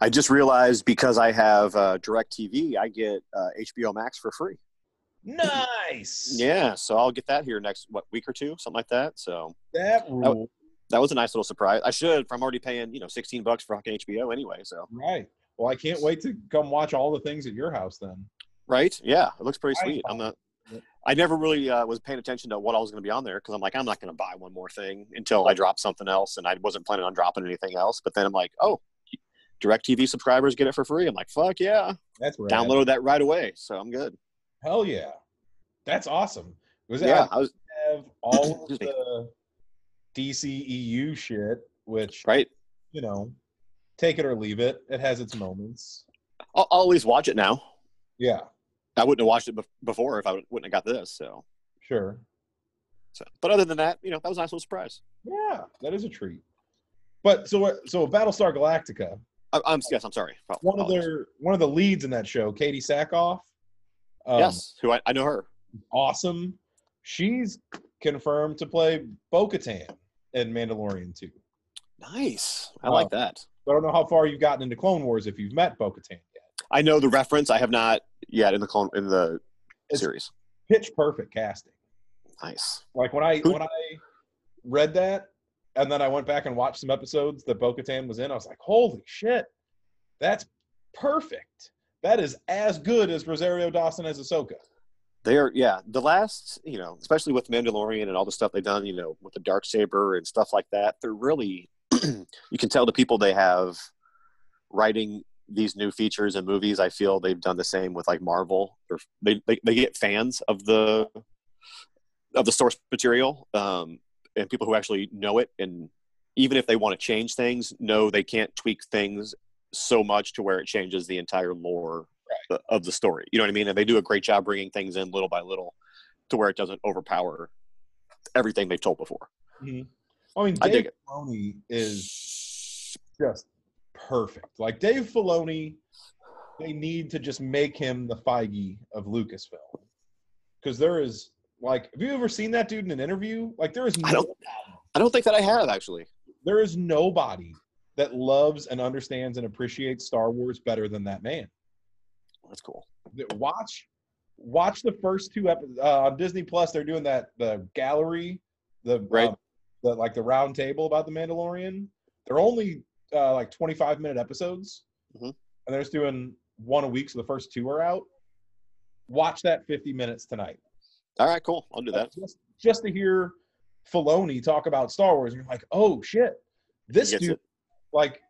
[SPEAKER 1] I just realized because I have uh, Direct TV, I get uh, HBO Max for free.
[SPEAKER 2] nice.
[SPEAKER 1] Yeah, so I'll get that here next what week or two, something like that. So
[SPEAKER 2] that rule.
[SPEAKER 1] that was a nice little surprise. I should. if I'm already paying you know 16 bucks for fucking HBO anyway. So
[SPEAKER 2] Right. Well, I can't wait to come watch all the things at your house then.
[SPEAKER 1] right, yeah, it looks pretty
[SPEAKER 2] I
[SPEAKER 1] sweet. I'm
[SPEAKER 2] thought-
[SPEAKER 1] not. I never really uh, was paying attention to what I was going to be on there because I'm like, I'm not going to buy one more thing until I drop something else, and I wasn't planning on dropping anything else. But then I'm like, oh, Direct TV subscribers get it for free. I'm like, fuck yeah,
[SPEAKER 2] That's right.
[SPEAKER 1] downloaded that right away. So I'm good.
[SPEAKER 2] Hell yeah. That's awesome. Was that
[SPEAKER 1] Yeah, I was
[SPEAKER 2] have all of
[SPEAKER 1] Excuse me.
[SPEAKER 2] the DCEU shit, which
[SPEAKER 1] right.
[SPEAKER 2] you know, take it or leave it. It has its moments.
[SPEAKER 1] I'll, I'll at least watch it now.
[SPEAKER 2] Yeah,
[SPEAKER 1] I wouldn't have watched it bef- before if I wouldn't have got this. So.
[SPEAKER 2] sure.
[SPEAKER 1] So, but other than that, you know, that was a nice little surprise.
[SPEAKER 2] Yeah, that is a treat. But so what- so Battlestar Galactica,
[SPEAKER 1] I, I'm yes, I'm sorry. Pro-
[SPEAKER 2] one of
[SPEAKER 1] apologies.
[SPEAKER 2] their one of the leads in that show, Katie Sackhoff. Um,
[SPEAKER 1] yes, who I, I know her.
[SPEAKER 2] awesome. She's confirmed to play Bo-Katan in Mandalorian 2.
[SPEAKER 1] Nice, I
[SPEAKER 2] Oh.
[SPEAKER 1] like that.
[SPEAKER 2] I don't know how far you've gotten into Clone Wars if you've met Bo-Katan yet.
[SPEAKER 1] I know the reference. I have not yet in the clone in the
[SPEAKER 2] It's-
[SPEAKER 1] series.
[SPEAKER 2] Pitch perfect casting.
[SPEAKER 1] Nice.
[SPEAKER 2] Like when I
[SPEAKER 1] Who-
[SPEAKER 2] when I read that, and then I went back and watched some episodes that Bo-Katan was in. I was like, "Holy shit, that's perfect! That is as good as Rosario Dawson as Ahsoka."
[SPEAKER 1] They are yeah. The last you know, especially with Mandalorian and all the stuff they've done, you know, with the dark saber and stuff like that. They're really you can tell the people they have writing these new features and movies. I feel they've done the same with like Marvel. They're, they, they they get fans of the of the source material um, and people who actually know it and even if they want to change things no they can't tweak things so much to where it changes the entire lore of the story you know what i mean and they do a great job bringing things in little by little to where it doesn't overpower everything they've told before
[SPEAKER 2] I mean,
[SPEAKER 1] I dig
[SPEAKER 2] Dave Filoni is just perfect. Like Dave Filoni, they need to just make him the Feige of Lucasfilm, because there is like, have you ever seen that dude in an interview? Like, there is no,
[SPEAKER 1] I don't- i don't think that i have actually
[SPEAKER 2] there is nobody that loves and understands and appreciates Star Wars better than that man.
[SPEAKER 1] that's cool
[SPEAKER 2] Watch, watch the first two episodes uh, on Disney Plus. They're doing that the gallery, the
[SPEAKER 1] Right.
[SPEAKER 2] um, the like the round table about the Mandalorian. They're only uh, like twenty five minute episodes,
[SPEAKER 1] Mhm.
[SPEAKER 2] and they're just doing one a week. So the first two are out. Watch that fifty minutes tonight,
[SPEAKER 1] all right cool i'll do that
[SPEAKER 2] just just to hear Filoni talk about Star Wars. And you're like, oh shit, this
[SPEAKER 1] He gets
[SPEAKER 2] dude
[SPEAKER 1] it.
[SPEAKER 2] like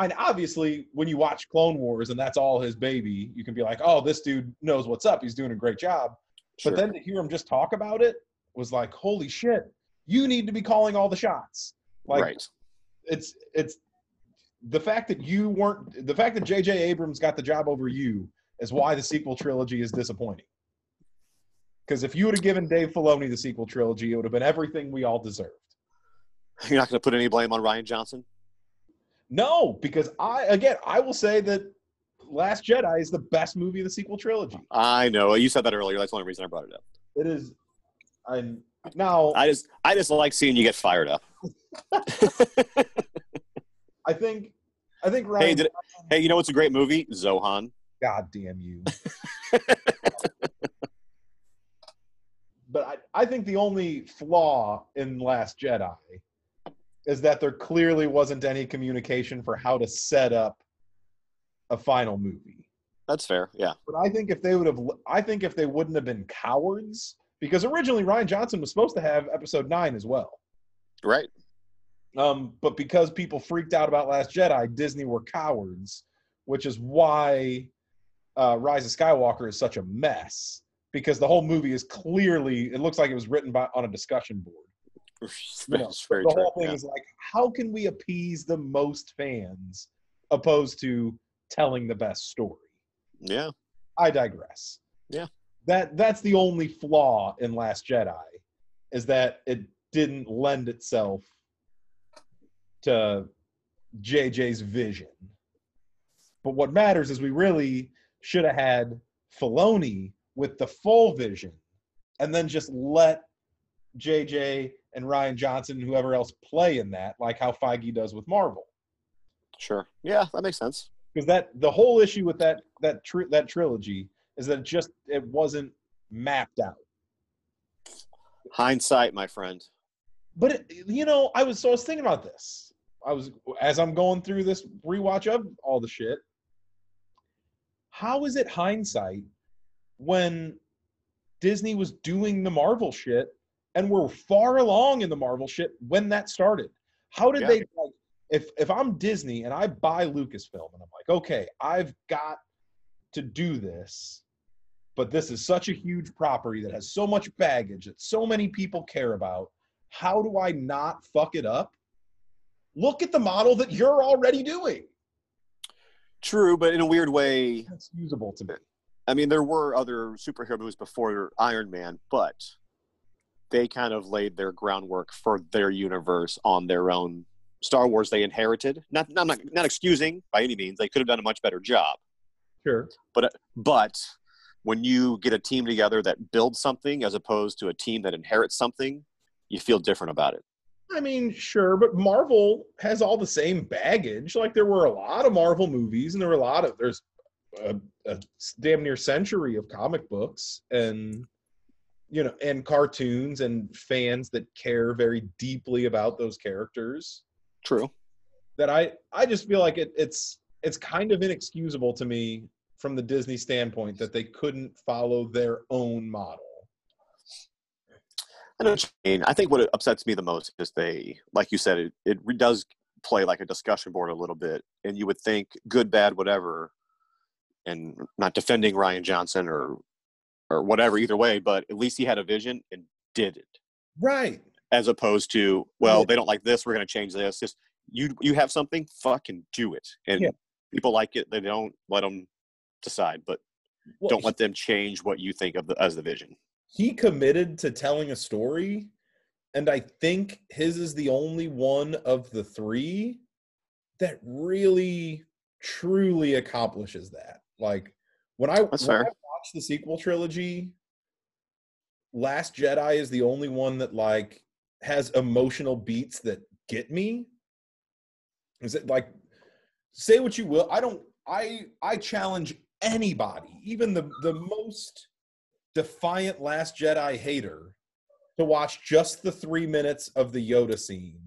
[SPEAKER 2] and obviously when you watch clone wars and that's all his baby you can be like oh this dude knows what's up he's doing a great job
[SPEAKER 1] Sure.
[SPEAKER 2] but then to hear him just talk about it was like holy shit you need to be calling all the shots like
[SPEAKER 1] right
[SPEAKER 2] it's it's the fact that you weren't the fact that jj abrams got the job over you is why the sequel trilogy is disappointing because if you would have given dave filoni the sequel trilogy it would have been everything we all deserved
[SPEAKER 1] you're not going to put any blame on ryan johnson
[SPEAKER 2] No, because I again I will say that Last Jedi is the best movie of the sequel trilogy.
[SPEAKER 1] i know you said that earlier that's the only reason i brought it up
[SPEAKER 2] It is I'm now I,
[SPEAKER 1] i just i just like seeing you get fired up
[SPEAKER 2] think I think Ryan
[SPEAKER 1] hey did it, hey you know what's a great movie zohan
[SPEAKER 2] God damn you. but I, I think the only flaw in Last Jedi is that there clearly wasn't any communication for how to set up a final movie.
[SPEAKER 1] That's fair. Yeah.
[SPEAKER 2] But I think if they would have, I think if they wouldn't have been cowards, because originally Ryan Johnson was supposed to have episode nine as well.
[SPEAKER 1] Right.
[SPEAKER 2] Um, but because people freaked out about Last Jedi, Disney were cowards, which is why uh, Rise of Skywalker is such a mess. Because the whole movie is clearly, it looks like it was written by on a discussion board.
[SPEAKER 1] That's
[SPEAKER 2] You know,
[SPEAKER 1] very
[SPEAKER 2] the
[SPEAKER 1] true.
[SPEAKER 2] whole thing
[SPEAKER 1] yeah.
[SPEAKER 2] is like, how can we appease the most fans opposed to telling the best story?
[SPEAKER 1] yeah.
[SPEAKER 2] I digress.
[SPEAKER 1] Yeah.
[SPEAKER 2] That that's the only flaw in Last Jedi is that it didn't lend itself to JJ's vision. But what matters is we really should have had Filoni with the full vision and then just let JJ and Ryan Johnson and whoever else play in that, like how Feige does with Marvel
[SPEAKER 1] Sure. Yeah. That makes sense.
[SPEAKER 2] because that the whole issue with that that tr- that trilogy is that it just it wasn't mapped out.
[SPEAKER 1] Hindsight, my friend.
[SPEAKER 2] But it, you know, I was so I was thinking about this. I was as I'm going through this rewatch of all the shit. How is it hindsight when Disney was doing the Marvel shit and we're far along in the Marvel shit when that started? How did
[SPEAKER 1] Yeah.
[SPEAKER 2] they like if if I'm Disney and I buy Lucasfilm and I'm like, okay, I've got to do this, but this is such a huge property that has so much baggage that so many people care about. How do I not fuck it up? Look at the model that you're already doing.
[SPEAKER 1] True, but in a weird way,
[SPEAKER 2] That's usable to me.
[SPEAKER 1] I mean, there were other superhero movies before Iron Man, but they kind of laid their groundwork for their universe on their own. Star Wars they inherited. Not, not, not, not excusing by any means. They could have done a much better job.
[SPEAKER 2] Sure.
[SPEAKER 1] But when you get a team together that builds something as opposed to a team that inherits something, you feel different about it.
[SPEAKER 2] I mean, sure, but Marvel has all the same baggage. Like there were a lot of Marvel movies, and there were a lot of there's a, a damn near century of comic books, and you know, and cartoons, and fans that care very deeply about those characters.
[SPEAKER 1] True.
[SPEAKER 2] That I I just feel like it, it's it's kind of inexcusable to me from the Disney standpoint that they couldn't follow their own model.
[SPEAKER 1] I know what you mean. I think what upsets me the most is they, like you said, it, it re- does play like a discussion board a little bit. And you would think good, bad, whatever, and not defending Ryan Johnson or, or whatever, either way, but at least he had a vision and did it.
[SPEAKER 2] Right.
[SPEAKER 1] As opposed to, well,
[SPEAKER 2] Yeah.
[SPEAKER 1] they don't like this, we're going to change this. Just you, you have something, fucking do it. And
[SPEAKER 2] Yeah.
[SPEAKER 1] people like it, they don't let them decide, but
[SPEAKER 2] Well,
[SPEAKER 1] don't let them change what you think of the, as the vision.
[SPEAKER 2] he committed to telling a story and i think his is the only one of the three that really truly accomplishes that like when i,
[SPEAKER 1] That's
[SPEAKER 2] when I
[SPEAKER 1] fair.
[SPEAKER 2] watch the sequel trilogy last jedi is the only one that like has emotional beats that get me is it like say what you will i don't i i challenge anybody even the the most defiant last jedi hater to watch just the three minutes of the yoda scene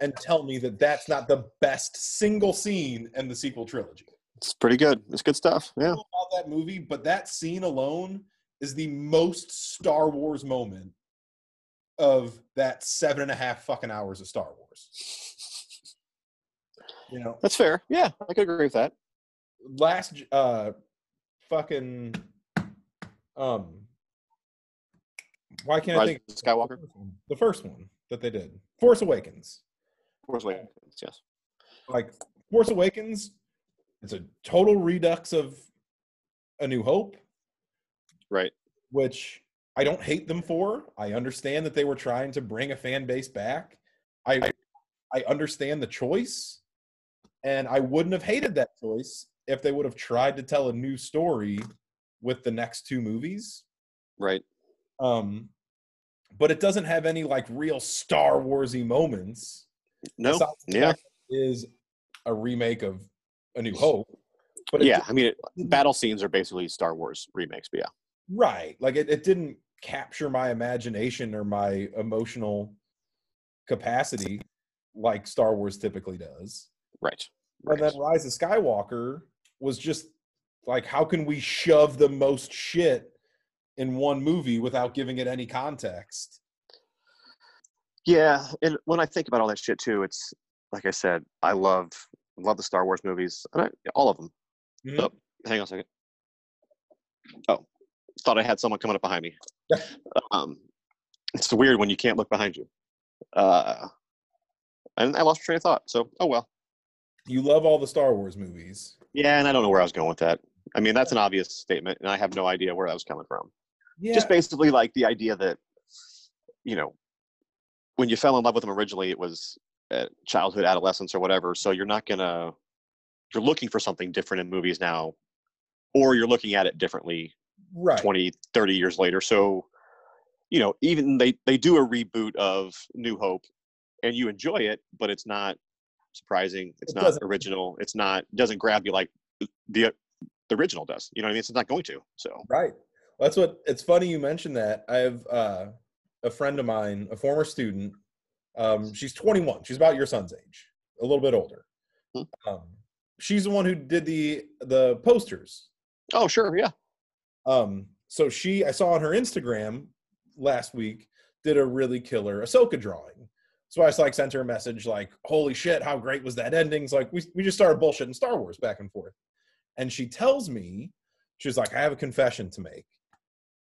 [SPEAKER 2] and tell me that that's not the best single scene in the sequel trilogy
[SPEAKER 1] It's pretty good. It's good stuff.
[SPEAKER 2] I
[SPEAKER 1] Yeah.
[SPEAKER 2] don't know about that movie but that scene alone is the most star wars moment of that seven and a half fucking hours of star wars you know
[SPEAKER 1] That's fair. Yeah, I could agree with that.
[SPEAKER 2] last j- uh fucking um why can't
[SPEAKER 1] Rise
[SPEAKER 2] I think
[SPEAKER 1] of Skywalker.
[SPEAKER 2] the first one- the first one that they did Force Awakens
[SPEAKER 1] Force Awakens, yes.
[SPEAKER 2] like Force Awakens it's a total redux of A New Hope
[SPEAKER 1] Right.
[SPEAKER 2] which I don't hate them for I understand that they were trying to bring a fan base back I I understand the choice and I wouldn't have hated that choice if they would have tried to tell a new story with the next two movies
[SPEAKER 1] Right.
[SPEAKER 2] um but it doesn't have any like real star warsy moments
[SPEAKER 1] No.
[SPEAKER 2] Besides the
[SPEAKER 1] Yeah.
[SPEAKER 2] fact that it is a remake of a new hope But it Mm-hmm.
[SPEAKER 1] yeah, I mean, it, battle scenes are basically Star Wars remakes, but yeah.
[SPEAKER 2] right like it, it didn't capture my imagination or my emotional capacity like star wars typically does
[SPEAKER 1] Right.
[SPEAKER 2] and then rise of skywalker was just like how can we shove the most shit in one movie without giving it any context
[SPEAKER 1] Yeah, and when I think about all that shit too, it's like I said, I love love the Star Wars movies, and I, all of them.
[SPEAKER 2] Mhm.
[SPEAKER 1] Oh, hang on a second. Oh, thought I had someone coming up behind me. um, it's weird when you can't look behind you. Uh, and I lost my train of thought. So, oh well.
[SPEAKER 2] you love all the star wars movies
[SPEAKER 1] Yeah, and I don't know where I was going with that. I mean, that's an obvious statement, and I have no idea where that was coming from.
[SPEAKER 2] yeah
[SPEAKER 1] just basically like the idea that you know when you fell in love with them originally it was uh, childhood adolescence or whatever so you're not gonna you're looking for something different in movies now or you're looking at it differently
[SPEAKER 2] right
[SPEAKER 1] twenty, thirty 20 30 years later so you know even they they do a reboot of new hope and you enjoy it but it's not surprising it's
[SPEAKER 2] It
[SPEAKER 1] not
[SPEAKER 2] doesn't-
[SPEAKER 1] original it's not doesn't grab you like the the original does you know what i mean it's not going to so
[SPEAKER 2] Right. Well, that's what it's funny you mentioned that. I have uh, a friend of mine, a former student. Um, she's 21. She's about your son's age, a little bit older.
[SPEAKER 1] Hmm.
[SPEAKER 2] Um, she's the one who did the the posters.
[SPEAKER 1] oh sure yeah
[SPEAKER 2] Um, so she, I saw on her Instagram last week, did a really killer Ahsoka drawing. So I just, like sent her a message like, "Holy shit, how great was that ending?" It's like we we just started bullshitting Star Wars back and forth, and she tells me she's like, "I have a confession to make.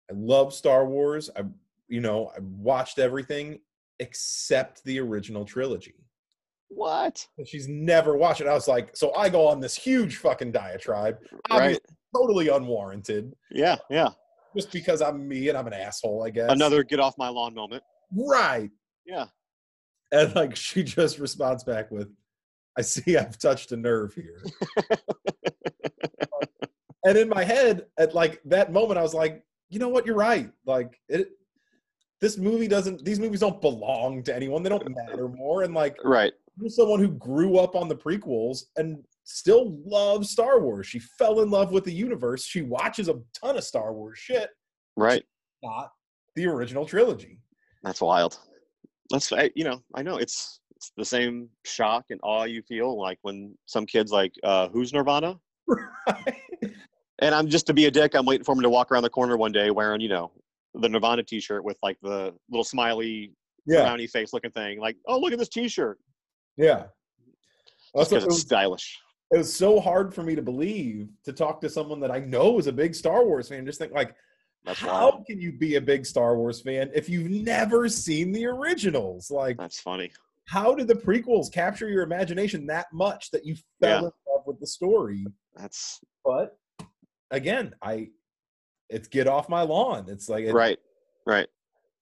[SPEAKER 2] I love Star Wars. I you know I watched everything except the original trilogy."
[SPEAKER 1] what
[SPEAKER 2] And she's never watched it. I was like, so I go on this huge fucking diatribe,
[SPEAKER 1] right
[SPEAKER 2] obviously totally unwarranted,
[SPEAKER 1] yeah yeah
[SPEAKER 2] just because I'm me and I'm an asshole, I guess.
[SPEAKER 1] another get off my lawn moment.
[SPEAKER 2] right.
[SPEAKER 1] Yeah.
[SPEAKER 2] And like she just responds back with, I see I've touched a nerve here. and in my head, at like that moment, I was like, you know what, you're right. Like it this movie doesn't these movies don't belong to anyone. They don't matter more. And like
[SPEAKER 1] Right.
[SPEAKER 2] you're someone who grew up on the prequels and still loves Star Wars. She fell in love with the universe. She watches a ton of Star Wars shit,
[SPEAKER 1] Right.
[SPEAKER 2] not the original trilogy.
[SPEAKER 1] That's wild. That's I, you know I know it's it's the same shock and awe you feel like when some kids like uh, who's Nirvana and I'm just to be a dick I'm waiting for him to walk around the corner one day wearing you know the Nirvana T-shirt with like the little smiley
[SPEAKER 2] yeah,
[SPEAKER 1] brownie face looking thing like oh look at this T-shirt
[SPEAKER 2] yeah.
[SPEAKER 1] because
[SPEAKER 2] Also, it
[SPEAKER 1] it's
[SPEAKER 2] was,
[SPEAKER 1] stylish.
[SPEAKER 2] it was so hard for me to believe to talk to someone that I know is a big Star Wars fan. Just think, like,
[SPEAKER 1] That's wild.
[SPEAKER 2] how can you be a big Star Wars fan if you've never seen the originals? Like,
[SPEAKER 1] That's funny.
[SPEAKER 2] how did the prequels capture your imagination that much that you fell
[SPEAKER 1] Yeah.
[SPEAKER 2] in love with the story?
[SPEAKER 1] That's
[SPEAKER 2] but again, I it's get off my lawn. It's like it,
[SPEAKER 1] right. Right.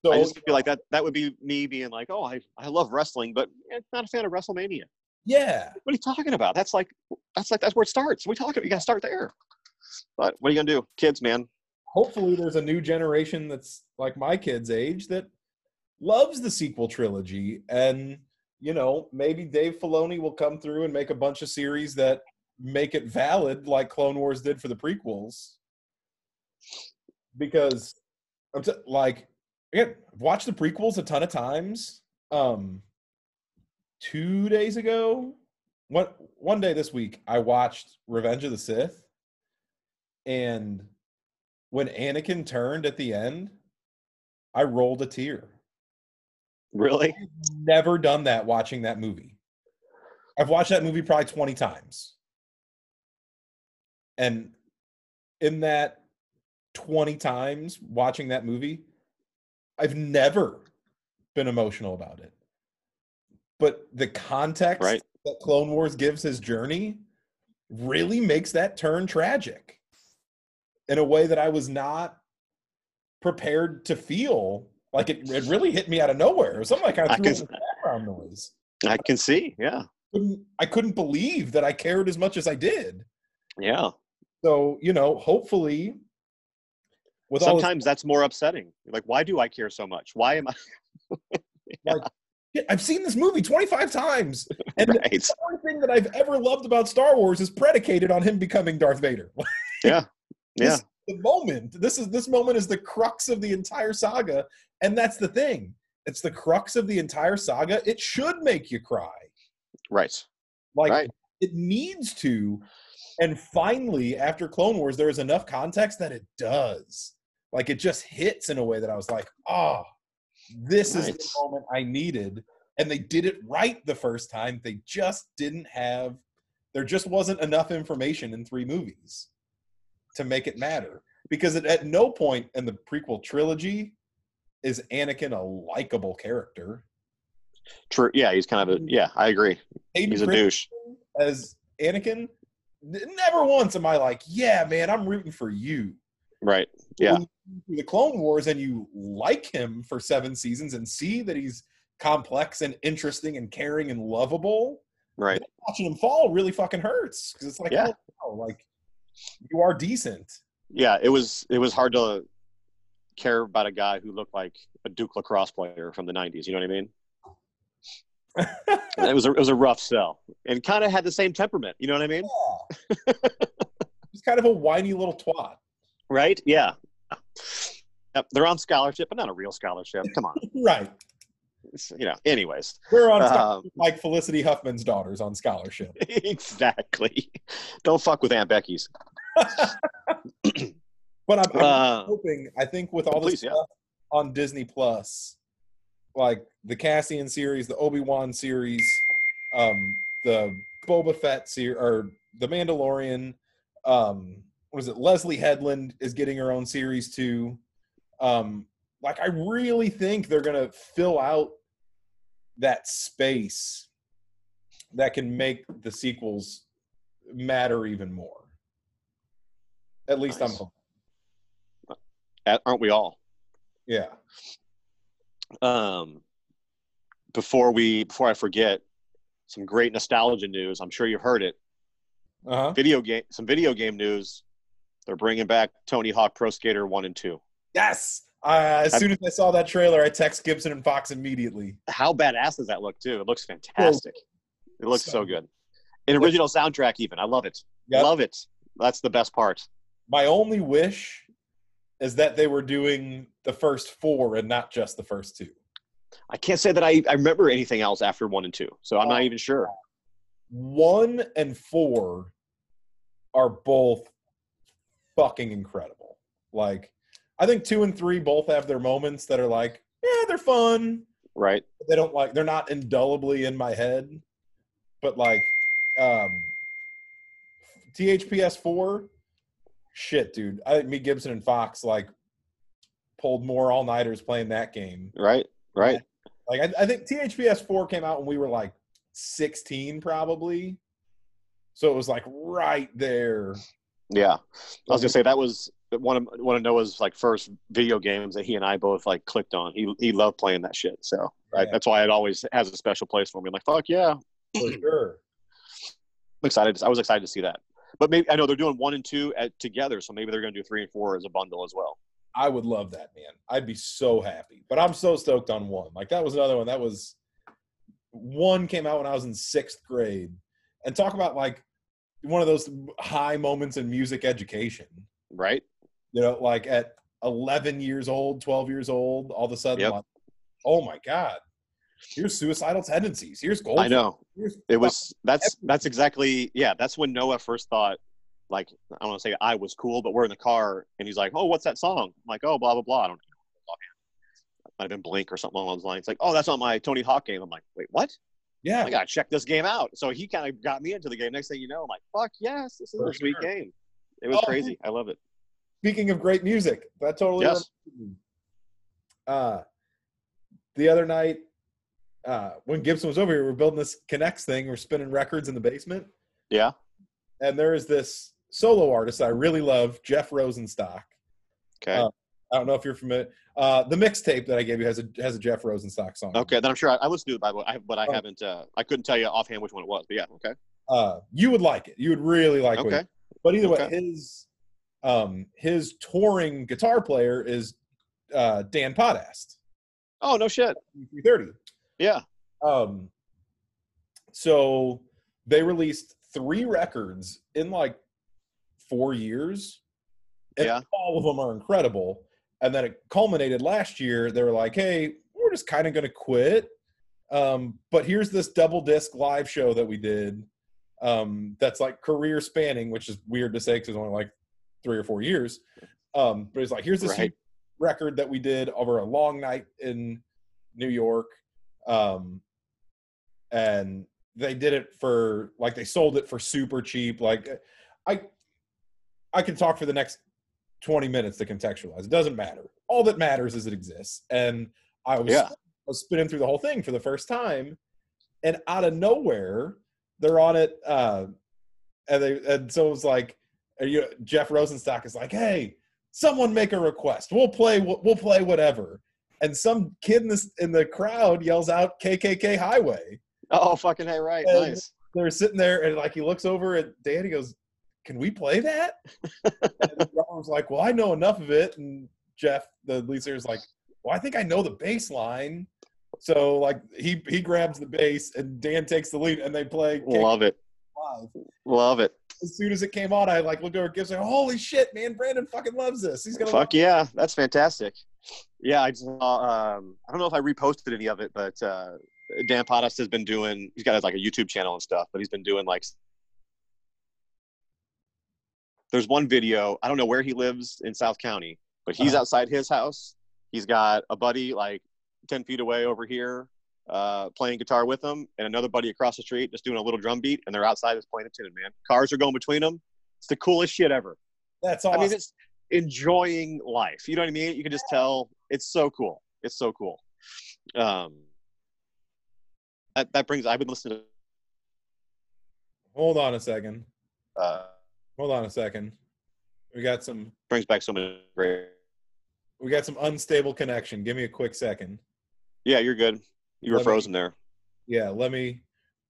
[SPEAKER 2] So,
[SPEAKER 1] I just feel like that that would be me being like oh I I love wrestling but eh, not a fan of WrestleMania.
[SPEAKER 2] yeah,
[SPEAKER 1] what are you talking about? That's like that's like that's where it starts. We talking you gotta start there. But what are you gonna do? Kids, man.
[SPEAKER 2] hopefully there's a new generation that's like my kids' age that loves the sequel trilogy, and you know maybe Dave Filoni will come through and make a bunch of series that make it valid, like Clone Wars did for the prequels. Because I'm t- like again, I've watched the prequels a ton of times. Um, two days ago, one one day this week, I watched Revenge of the Sith, and when Anakin turned at the end, I rolled a tear.
[SPEAKER 1] Really?
[SPEAKER 2] Never done that watching that movie. I've watched that movie probably 20 times. And in that 20 times watching that movie, I've never been emotional about it. But the context
[SPEAKER 1] Right.
[SPEAKER 2] that Clone Wars gives his journey really makes that turn tragic in a way that I was not prepared to feel. Like it, it really hit me out of nowhere. It was something like I
[SPEAKER 1] I
[SPEAKER 2] threw
[SPEAKER 1] can
[SPEAKER 2] up with background noise.
[SPEAKER 1] I can see. Yeah.
[SPEAKER 2] Couldn't, I couldn't believe that I cared as much as I did.
[SPEAKER 1] Yeah.
[SPEAKER 2] So you know, hopefully, with all this
[SPEAKER 1] Sometimes that's more upsetting. Like, why do I care so much? Why am I
[SPEAKER 2] shit, I've seen this movie 25 times. And
[SPEAKER 1] right.
[SPEAKER 2] the only thing that I've ever loved about Star Wars is predicated on him becoming Darth Vader.
[SPEAKER 1] Yeah. Yeah.
[SPEAKER 2] This, the moment. This is this moment is the crux of the entire saga, and that's the thing. It's the crux of the entire saga. It should make you cry.
[SPEAKER 1] Right.
[SPEAKER 2] Like
[SPEAKER 1] Right.
[SPEAKER 2] it needs to. And finally, after Clone Wars, there is enough context that it does. Like it just hits in a way that I was like, oh, this is the
[SPEAKER 1] Nice.
[SPEAKER 2] moment I needed. And they did it right the first time. They just didn't have, there just wasn't enough information in three movies to make it matter. Because it, at no point in the prequel trilogy is Anakin a likable character.
[SPEAKER 1] True. Yeah, he's kind
[SPEAKER 2] Mm.
[SPEAKER 1] of a yeah. I agree.
[SPEAKER 2] Hayden
[SPEAKER 1] He's a
[SPEAKER 2] Christensen
[SPEAKER 1] douche.
[SPEAKER 2] as Anakin, n- never once am I like, yeah, man, I'm rooting for you.
[SPEAKER 1] Right. Yeah.
[SPEAKER 2] through the Clone Wars and you like him for seven seasons and see that he's complex and interesting and caring and lovable,
[SPEAKER 1] Right.
[SPEAKER 2] watching him fall really fucking hurts because it's like,
[SPEAKER 1] Yeah.
[SPEAKER 2] oh, no, like you are decent.
[SPEAKER 1] Yeah. It was it was hard to care about a guy who looked like a Duke lacrosse player from the '90s. You know what I mean? it was a, it was a rough sell, and kind of had the same temperament. You know what I mean?
[SPEAKER 2] He's kind of a whiny little twat.
[SPEAKER 1] Right? Yeah. Yep, They're on scholarship, but not a real scholarship. Come on.
[SPEAKER 2] Right.
[SPEAKER 1] It's, you know. Anyways,
[SPEAKER 2] We're on scholarship,
[SPEAKER 1] um,
[SPEAKER 2] like Felicity Huffman's daughters on scholarship.
[SPEAKER 1] exactly. Don't fuck with Aunt Becky's.
[SPEAKER 2] But I'm, I'm
[SPEAKER 1] Uh,
[SPEAKER 2] hoping. I think with all this
[SPEAKER 1] Please, yeah.
[SPEAKER 2] stuff on Disney Plus, like the Cassian series, the Obi Wan series, um, the Boba Fett series, or the Mandalorian. Um, what is it? Leslie Headland is getting her own series too. Um, like I really think they're gonna fill out that space that can make the sequels matter even more. At least I'm
[SPEAKER 1] Nice.
[SPEAKER 2] hoping.
[SPEAKER 1] A- Aren't we all?
[SPEAKER 2] Yeah.
[SPEAKER 1] um, before we before I forget, some great nostalgia news. I'm sure you've heard it.
[SPEAKER 2] Uh-huh.
[SPEAKER 1] Video game, some video game news. They're bringing back Tony Hawk Pro Skater One and Two.
[SPEAKER 2] Yes. Uh, as soon as I saw that trailer, I text Gibson and Fox immediately.
[SPEAKER 1] How badass does that look too? It looks fantastic. It looks so good. An original soundtrack, even. I love it.
[SPEAKER 2] Yep.
[SPEAKER 1] Love it. That's the best part.
[SPEAKER 2] My only wish is that they were doing the first four and not just the first two.
[SPEAKER 1] I can't say that I, I remember anything else after one and two, so I'm not even sure.
[SPEAKER 2] One and four are both fucking incredible. Like, I think two and three both have their moments that are like, yeah, they're fun.
[SPEAKER 1] Right?
[SPEAKER 2] they don't like they're not indelibly in my head but like um thps4 shit dude i think me gibson and fox like pulled more all-nighters playing that game
[SPEAKER 1] Right? Right?
[SPEAKER 2] like i, I think thps4 came out when we were like 16 probably so it was like right there
[SPEAKER 1] Yeah. I was gonna say that was one of one of Noah's like first video games that he and I both like clicked on. He he loved playing that shit. So I,
[SPEAKER 2] Yeah.
[SPEAKER 1] that's why it always has a special place for me. I'm like fuck yeah, I'm
[SPEAKER 2] for sure
[SPEAKER 1] excited. I was excited to see that. But maybe I know they're doing one and two at, together, so maybe they're gonna do three and four as a bundle as well.
[SPEAKER 2] I would love that, man. I'd be so happy. But I'm so stoked on one. Like that was another one. That was one came out when I was in sixth grade. And talk about like one of those high moments in music education.
[SPEAKER 1] Right?
[SPEAKER 2] You know, like at 11 years old, 12 years old, all of a sudden,
[SPEAKER 1] Yep.
[SPEAKER 2] like, oh my God, here's suicidal tendencies. Here's gold.
[SPEAKER 1] I know
[SPEAKER 2] Here's
[SPEAKER 1] it was. That's that's exactly yeah. That's when Noah first thought. Like I want to say I was cool, but we're in the car and he's like, "Oh, what's that song?" I'm like, "Oh, blah blah blah." I don't know. Might have been Blink or something along those lines. Like, "Oh, that's on my Tony Hawk game." I'm like, "Wait, what?"
[SPEAKER 2] yeah.
[SPEAKER 1] I gotta check this game out. So he kind of got me into the game. Next thing you know, I'm like, fuck yes, this is
[SPEAKER 2] For
[SPEAKER 1] a sweet
[SPEAKER 2] sure.
[SPEAKER 1] game. It was
[SPEAKER 2] Oh.
[SPEAKER 1] crazy. I love it.
[SPEAKER 2] Speaking of great music, that totally
[SPEAKER 1] Yes.
[SPEAKER 2] uh the other night uh when gibson was over here we are building this connects thing we're spinning records in the basement
[SPEAKER 1] Yeah.
[SPEAKER 2] and there is this solo artist i really love jeff rosenstock
[SPEAKER 1] Okay.
[SPEAKER 2] Uh, i don't know if you're familiar uh the mixtape that i gave you has a has a jeff rosenstock song on it.
[SPEAKER 1] okay. Then I'm sure I, I listened to it by the way, I, but I
[SPEAKER 2] Oh.
[SPEAKER 1] haven't. Uh, I couldn't tell you offhand which one it was. But yeah. Okay.
[SPEAKER 2] uh you would like it you would really like it
[SPEAKER 1] Okay.
[SPEAKER 2] But either way,
[SPEAKER 1] Okay.
[SPEAKER 2] his um his touring guitar player is uh Dan E Podest,
[SPEAKER 1] Oh no shit.
[SPEAKER 2] 330.
[SPEAKER 1] Yeah.
[SPEAKER 2] Um, so they released three records in like four years. And
[SPEAKER 1] Yeah.
[SPEAKER 2] All of them are incredible. And then it culminated last year. They were like, hey, we're just kind of going to quit. Um, but here's this double disc live show that we did um, that's like career spanning, which is weird to say because it's only like three or four years. Um, but it's like, here's this
[SPEAKER 1] Right.
[SPEAKER 2] record that we did over a long night in New York. Um, and they did it for like they sold it for super cheap. Like I I can talk for the next 20 minutes to contextualize. It doesn't matter. All that matters is it exists. And I was
[SPEAKER 1] Yeah.
[SPEAKER 2] I was spinning through the whole thing for the first time. And out of nowhere, they're on it. Uh, and they and so it was like are you, Jeff Rosenstock is like, hey, someone make a request. We'll play. wh- We'll play whatever. And some kid in this in the crowd yells out KKK Highway.
[SPEAKER 1] Oh, fucking hey, right,
[SPEAKER 2] Yeah.
[SPEAKER 1] nice.
[SPEAKER 2] They're sitting there and like he looks over at Dan. He goes, "Can we play that?" and Robin's like, "Well, I know enough of it." And Jeff, the lead singer, is like, "Well, I think I know the bass line." So like he he grabs the bass and Dan takes the lead and they play KKK
[SPEAKER 1] Love it,
[SPEAKER 2] Live
[SPEAKER 1] love it.
[SPEAKER 2] as soon as it came on, I like looked over at Gibbs like, holy shit, man, Brandon fucking loves this. He's gonna
[SPEAKER 1] Fuck yeah, that's fantastic. Yeah, I saw. Um, I don't know if I reposted any of it, but uh, Dan Potas has been doing. He's got like a YouTube channel and stuff, but he's been doing like. There's one video. I don't know where he lives in South County, but he's
[SPEAKER 2] Uh-huh.
[SPEAKER 1] outside his house. He's got a buddy like ten feet away over here uh, playing guitar with him, and another buddy across the street just doing a little drum beat, and they're outside just playing a tune. Man, cars are going between them. It's the coolest shit ever.
[SPEAKER 2] That's awesome.
[SPEAKER 1] I mean, it's enjoying life. You know what I mean? You can just tell it's so cool. It's so cool. Um, that, that brings. I've been listening
[SPEAKER 2] Hold on a second.
[SPEAKER 1] to uh,
[SPEAKER 2] Hold on a second. We got some
[SPEAKER 1] brings back so many great.
[SPEAKER 2] we got some unstable connection. Give me a quick second.
[SPEAKER 1] Yeah, you're good. You were
[SPEAKER 2] Let me-
[SPEAKER 1] frozen there.
[SPEAKER 2] Yeah, let me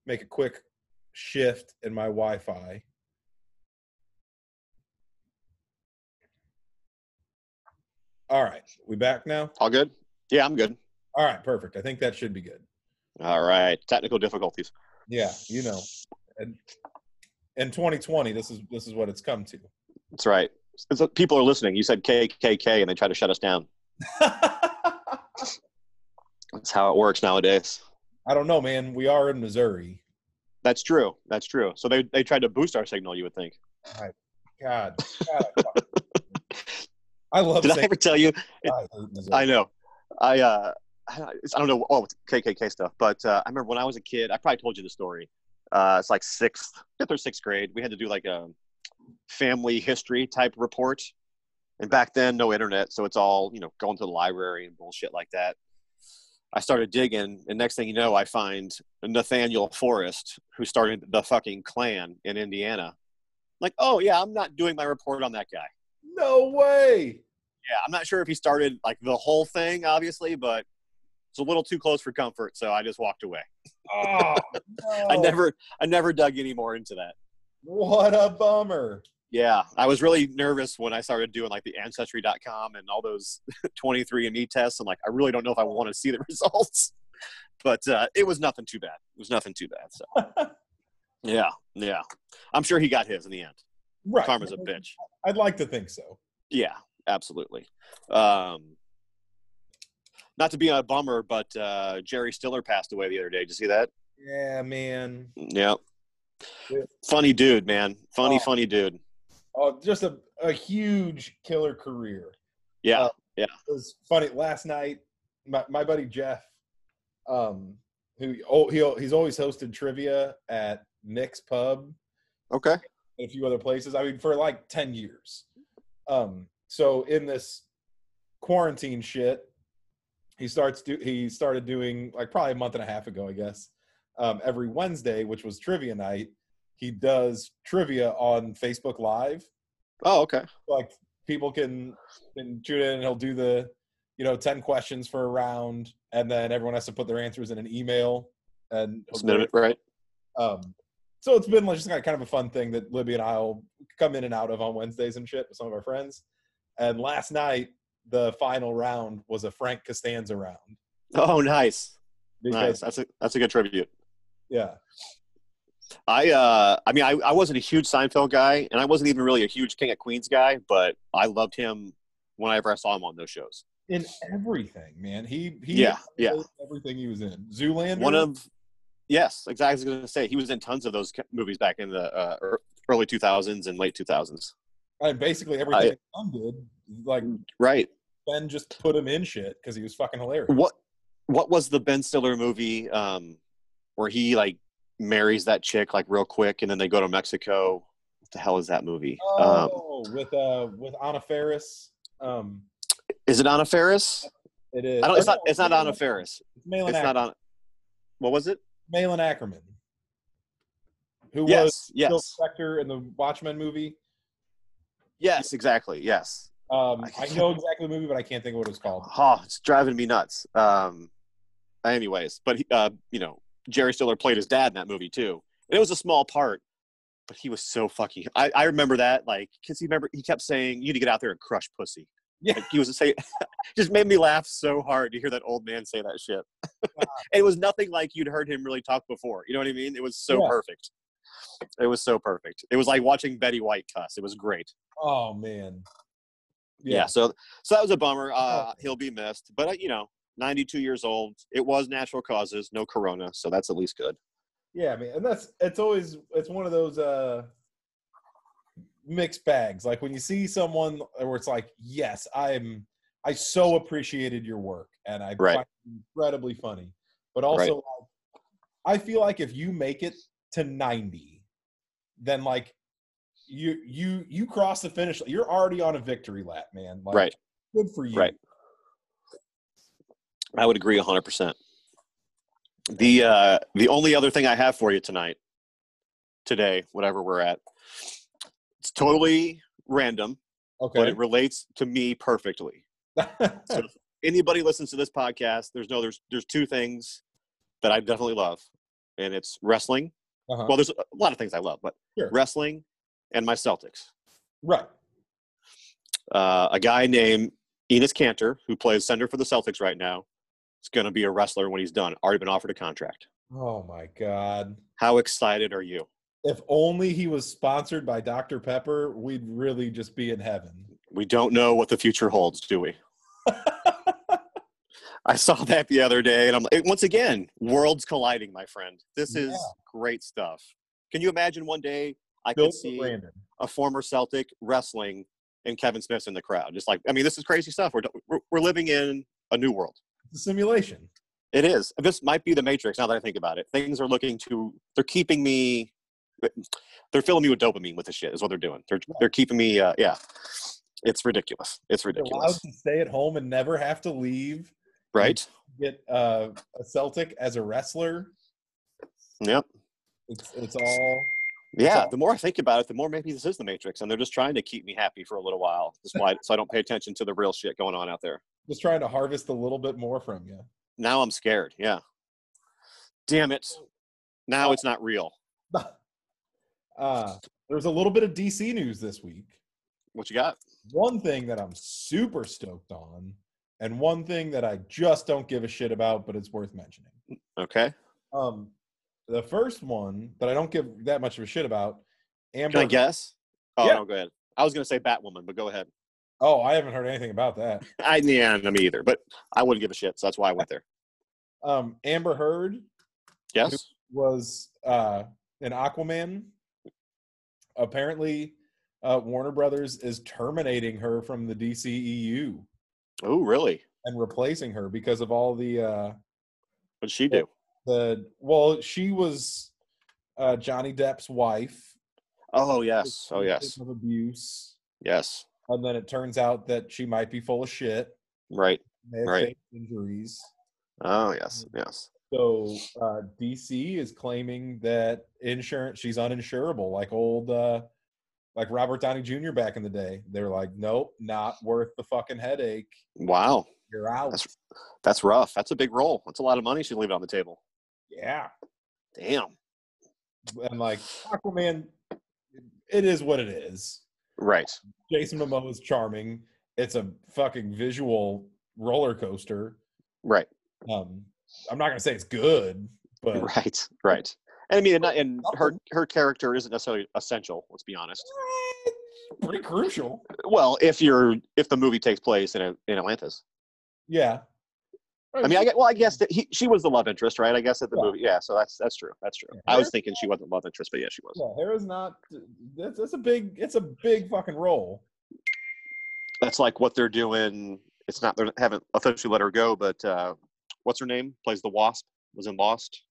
[SPEAKER 2] make a quick shift in my Wi-Fi. All right, we back now.
[SPEAKER 1] All good. Yeah, I'm good.
[SPEAKER 2] All right, perfect. I think that should be good.
[SPEAKER 1] All right. Technical difficulties.
[SPEAKER 2] Yeah, you know, and in 2020, this is this is what it's come to.
[SPEAKER 1] That's right. It's- people are listening. You said KKK, and they try to shut us down.
[SPEAKER 2] I
[SPEAKER 1] That's how it works nowadays.
[SPEAKER 2] don't know, man. We are in Missouri.
[SPEAKER 1] That's true. That's true. So they they tried to boost our signal. You would think.
[SPEAKER 2] God, God I, fucking- I love
[SPEAKER 1] Did I
[SPEAKER 2] saying
[SPEAKER 1] ever tell you
[SPEAKER 2] I, hate Missouri.
[SPEAKER 1] I know. I uh, I it's- I don't know all KKK stuff, but uh, I remember when I was a kid. I probably told you the story. Uh, it's like sixth, fifth or sixth grade. We had to do like a family history type report, and back then no internet, so it's all you know going to the library and bullshit like that. I started digging, and next thing you know, I find Nathaniel Forrest, who started the fucking Klan in Indiana. Like, oh yeah, I'm not doing my report on that guy
[SPEAKER 2] no way.
[SPEAKER 1] yeah, I'm not sure if he started like the whole thing, obviously, but it's a little too close for comfort, so I just walked away.
[SPEAKER 2] Oh,
[SPEAKER 1] I
[SPEAKER 2] no.
[SPEAKER 1] never, I never dug any more into that.
[SPEAKER 2] What a bummer.
[SPEAKER 1] Yeah, I was really nervous when I started doing like the ancestry.com and all those 23andMe tests, and like I really don't know if I want to see the results, but uh, it was nothing too bad. It was nothing too bad. So yeah, yeah, I'm sure he got his in the end.
[SPEAKER 2] Right.
[SPEAKER 1] Karma's a bitch.
[SPEAKER 2] I'd like to think so.
[SPEAKER 1] Yeah, absolutely. Um, not to be a bummer, but uh, Jerry Stiller passed away the other day. Did you see that?
[SPEAKER 2] Yeah, man.
[SPEAKER 1] Yeah.
[SPEAKER 2] Yeah.
[SPEAKER 1] Funny dude, man. Funny,
[SPEAKER 2] Oh.
[SPEAKER 1] funny dude.
[SPEAKER 2] Oh, just a, a huge killer career.
[SPEAKER 1] Yeah.
[SPEAKER 2] Uh, it was funny last night. My, my buddy Jeff, um, who oh, he he's always hosted trivia at Nick's Pub
[SPEAKER 1] Oh, okay.
[SPEAKER 2] and a few other places. I mean, for like ten years. Um, so in this quarantine shit, he starts do he started doing like probably a month and a half ago, I guess. Um, every Wednesday, which was trivia night, he does trivia on Facebook Live
[SPEAKER 1] Oh, okay.
[SPEAKER 2] like people can can tune in and he'll do the you know 10 questions for a round and then everyone has to put their answers in an email and he'll
[SPEAKER 1] Submit
[SPEAKER 2] do
[SPEAKER 1] it, right?
[SPEAKER 2] it. um so it's been like just kind of- kind of a fun thing that libby and i'll come in and out of on wednesdays and shit with some of our friends and last night the final round was a frank costanza round
[SPEAKER 1] Oh, nice. Nice. That's a that's a good tribute.
[SPEAKER 2] yeah,
[SPEAKER 1] I uh, I mean, I, I wasn't a huge Seinfeld guy, and I wasn't even really a huge King of Queens guy, but I loved him whenever I saw him on those shows.
[SPEAKER 2] in everything, man. He he
[SPEAKER 1] Yeah, yeah.
[SPEAKER 2] everything he was in. Zoolander.
[SPEAKER 1] One of yes, exactly. I was going to say he was in tons of those ca- movies back in the uh, er- early 2000s and late 2000s.
[SPEAKER 2] I mean, basically everything Tom did. Like
[SPEAKER 1] Right.
[SPEAKER 2] Ben just put him in shit because he was fucking hilarious.
[SPEAKER 1] What what was the Ben Stiller movie um, where he like marries that chick like real quick, and then they go to Mexico? What the hell is that movie? Um,
[SPEAKER 2] Oh, with uh with Anna Ferris. Um,
[SPEAKER 1] is it Anna Ferris?
[SPEAKER 2] it is.
[SPEAKER 1] I don't, it's
[SPEAKER 2] or
[SPEAKER 1] not.
[SPEAKER 2] no,
[SPEAKER 1] It's not Anna
[SPEAKER 2] Malin-
[SPEAKER 1] Ferris.
[SPEAKER 2] It's Malin,
[SPEAKER 1] It's
[SPEAKER 2] Ack-
[SPEAKER 1] not on. What was it?
[SPEAKER 2] Malin Ackerman, who was
[SPEAKER 1] Yes.
[SPEAKER 2] Phil
[SPEAKER 1] Yes.
[SPEAKER 2] Spector in the Watchmen movie.
[SPEAKER 1] Yes. Exactly. Yes.
[SPEAKER 2] Um,
[SPEAKER 1] I
[SPEAKER 2] I
[SPEAKER 1] can't-
[SPEAKER 2] know exactly the movie, but I can't think of what it was called.
[SPEAKER 1] Oh, it's driving me nuts. Um. Anyways, but he, uh, you know, Jerry Stiller played his dad in that movie too, and it was a small part, but he was so fucking. I, I remember that like because he remember he kept saying you need to get out there and crush pussy.
[SPEAKER 2] Yeah.
[SPEAKER 1] Like, he was say, just made me laugh so hard to hear that old man say that shit. it was nothing like you'd heard him really talk before. You know what I mean? It was so
[SPEAKER 2] Yeah.
[SPEAKER 1] perfect. It was so perfect. It was like watching Betty White cuss. It was great.
[SPEAKER 2] Oh man.
[SPEAKER 1] yeah. so so that was a bummer uh
[SPEAKER 2] Oh.
[SPEAKER 1] he'll be missed but uh, you know 92 years old it was natural causes no corona so that's at least good
[SPEAKER 2] Yeah, man, and that's it's always it's one of those uh mixed bags. Like when you see someone where it's like, yes, I'm I so appreciated your work and I
[SPEAKER 1] Right.
[SPEAKER 2] find it incredibly funny. But also like, I feel like if you make it to 90, then like you you you cross the finish line. You're already on a victory lap, man. Like
[SPEAKER 1] Right.
[SPEAKER 2] good for you.
[SPEAKER 1] Right. i would agree 100% the uh the only other thing i have for you tonight today whatever we're at it's totally random but
[SPEAKER 2] Okay.
[SPEAKER 1] it relates to me perfectly so if anybody listens to this podcast there's no there's there's two things that i definitely love and it's wrestling
[SPEAKER 2] Uh-huh.
[SPEAKER 1] well there's a lot of things i love but
[SPEAKER 2] Sure.
[SPEAKER 1] wrestling and my celtics
[SPEAKER 2] Right.
[SPEAKER 1] uh, a guy named Enos Cantor, who plays center for the Celtics right now, is going to be a wrestler when he's done. Already been offered a contract.
[SPEAKER 2] Oh my god.
[SPEAKER 1] How excited are you?
[SPEAKER 2] If only he was sponsored by Dr. Pepper, we'd really just be in heaven.
[SPEAKER 1] We don't know what the future holds, do we? I saw that the other day, and I'm like, once again, worlds colliding, my friend. This is
[SPEAKER 2] Yeah.
[SPEAKER 1] great stuff. Can you imagine one day I
[SPEAKER 2] Built
[SPEAKER 1] could
[SPEAKER 2] for
[SPEAKER 1] see
[SPEAKER 2] Brandon.
[SPEAKER 1] a former Celtic wrestling and Kevin Smith's in the crowd? Just like, I mean, this is crazy stuff. We're, we're, we're living in a new world.
[SPEAKER 2] It's a simulation.
[SPEAKER 1] It is. This might be the Matrix. Now that I think about it, things are looking to. They're keeping me. They're filling me with dopamine with this shit. Is what they're doing. They're they're keeping me. Uh, yeah, it's ridiculous. It's
[SPEAKER 2] You're allowed
[SPEAKER 1] ridiculous.
[SPEAKER 2] to stay at home and never have to leave.
[SPEAKER 1] Right?
[SPEAKER 2] Get uh, a Celtic as a wrestler.
[SPEAKER 1] Yep.
[SPEAKER 2] It's it's all
[SPEAKER 1] Yeah. The more I think about it, the more maybe this is the Matrix, and they're just trying to keep me happy for a little while, just why so I don't pay attention to the real shit going on out there.
[SPEAKER 2] just trying to harvest a little bit more from you.
[SPEAKER 1] Now I'm scared. Yeah. Damn it. Now it's not real.
[SPEAKER 2] uh, there's a little bit of DC news this week.
[SPEAKER 1] What you got?
[SPEAKER 2] One thing that I'm super stoked on, and one thing that I just don't give a shit about, but it's worth mentioning.
[SPEAKER 1] Okay.
[SPEAKER 2] Um, the first one that I don't give that much of a shit about, Amber.
[SPEAKER 1] Can I guess? Oh
[SPEAKER 2] Yeah.
[SPEAKER 1] no, go ahead. I was gonna say Batwoman, but go ahead.
[SPEAKER 2] oh, I haven't heard anything about that.
[SPEAKER 1] I yeah, no, me either. But I wouldn't give a shit, so that's why I went there.
[SPEAKER 2] Um, Amber Heard
[SPEAKER 1] Yes.
[SPEAKER 2] was uh, an Aquaman. Apparently, uh, Warner Brothers is terminating her from the DCEU
[SPEAKER 1] Oh, really?
[SPEAKER 2] and replacing her because of all the uh,
[SPEAKER 1] What'd she do?
[SPEAKER 2] the well, she was uh, Johnny Depp's wife.
[SPEAKER 1] Oh yes. Oh yes.
[SPEAKER 2] Of abuse,
[SPEAKER 1] Yes.
[SPEAKER 2] and then it turns out that she might be full of shit.
[SPEAKER 1] Right.
[SPEAKER 2] May have
[SPEAKER 1] Right.
[SPEAKER 2] faked injuries.
[SPEAKER 1] Oh yes. Yes.
[SPEAKER 2] So uh, DC is claiming that insurance she's uninsurable, like old uh, like Robert Downey Jr. back in the day. They're like, nope, not worth the fucking headache.
[SPEAKER 1] Wow.
[SPEAKER 2] You're out.
[SPEAKER 1] That's- That's rough. That's a big roll. That's a lot of money she's leaving on the table.
[SPEAKER 2] yeah,
[SPEAKER 1] Damn.
[SPEAKER 2] and like Aquaman, it is what it is.
[SPEAKER 1] Right.
[SPEAKER 2] Jason Momoa is charming. It's a fucking visual roller coaster.
[SPEAKER 1] Right.
[SPEAKER 2] Um, I'm not gonna say it's good, but
[SPEAKER 1] Right, right. And I mean, and, not- and her her character isn't necessarily essential. Let's be honest.
[SPEAKER 2] pretty crucial.
[SPEAKER 1] Well, if you're if the movie takes place in a, in Atlantis,
[SPEAKER 2] Yeah.
[SPEAKER 1] I mean, I get well, I guess that he she was the love interest, right? I guess at the
[SPEAKER 2] Yeah.
[SPEAKER 1] movie, yeah. So that's that's true. That's true.
[SPEAKER 2] Yeah.
[SPEAKER 1] I was thinking she wasn't love interest, but yeah, she was.
[SPEAKER 2] yeah, Hera's not. That's that's a big. It's a big fucking role.
[SPEAKER 1] That's like what they're doing. It's not they haven't officially let her go, but uh, what's her name plays the Wasp was in Lost.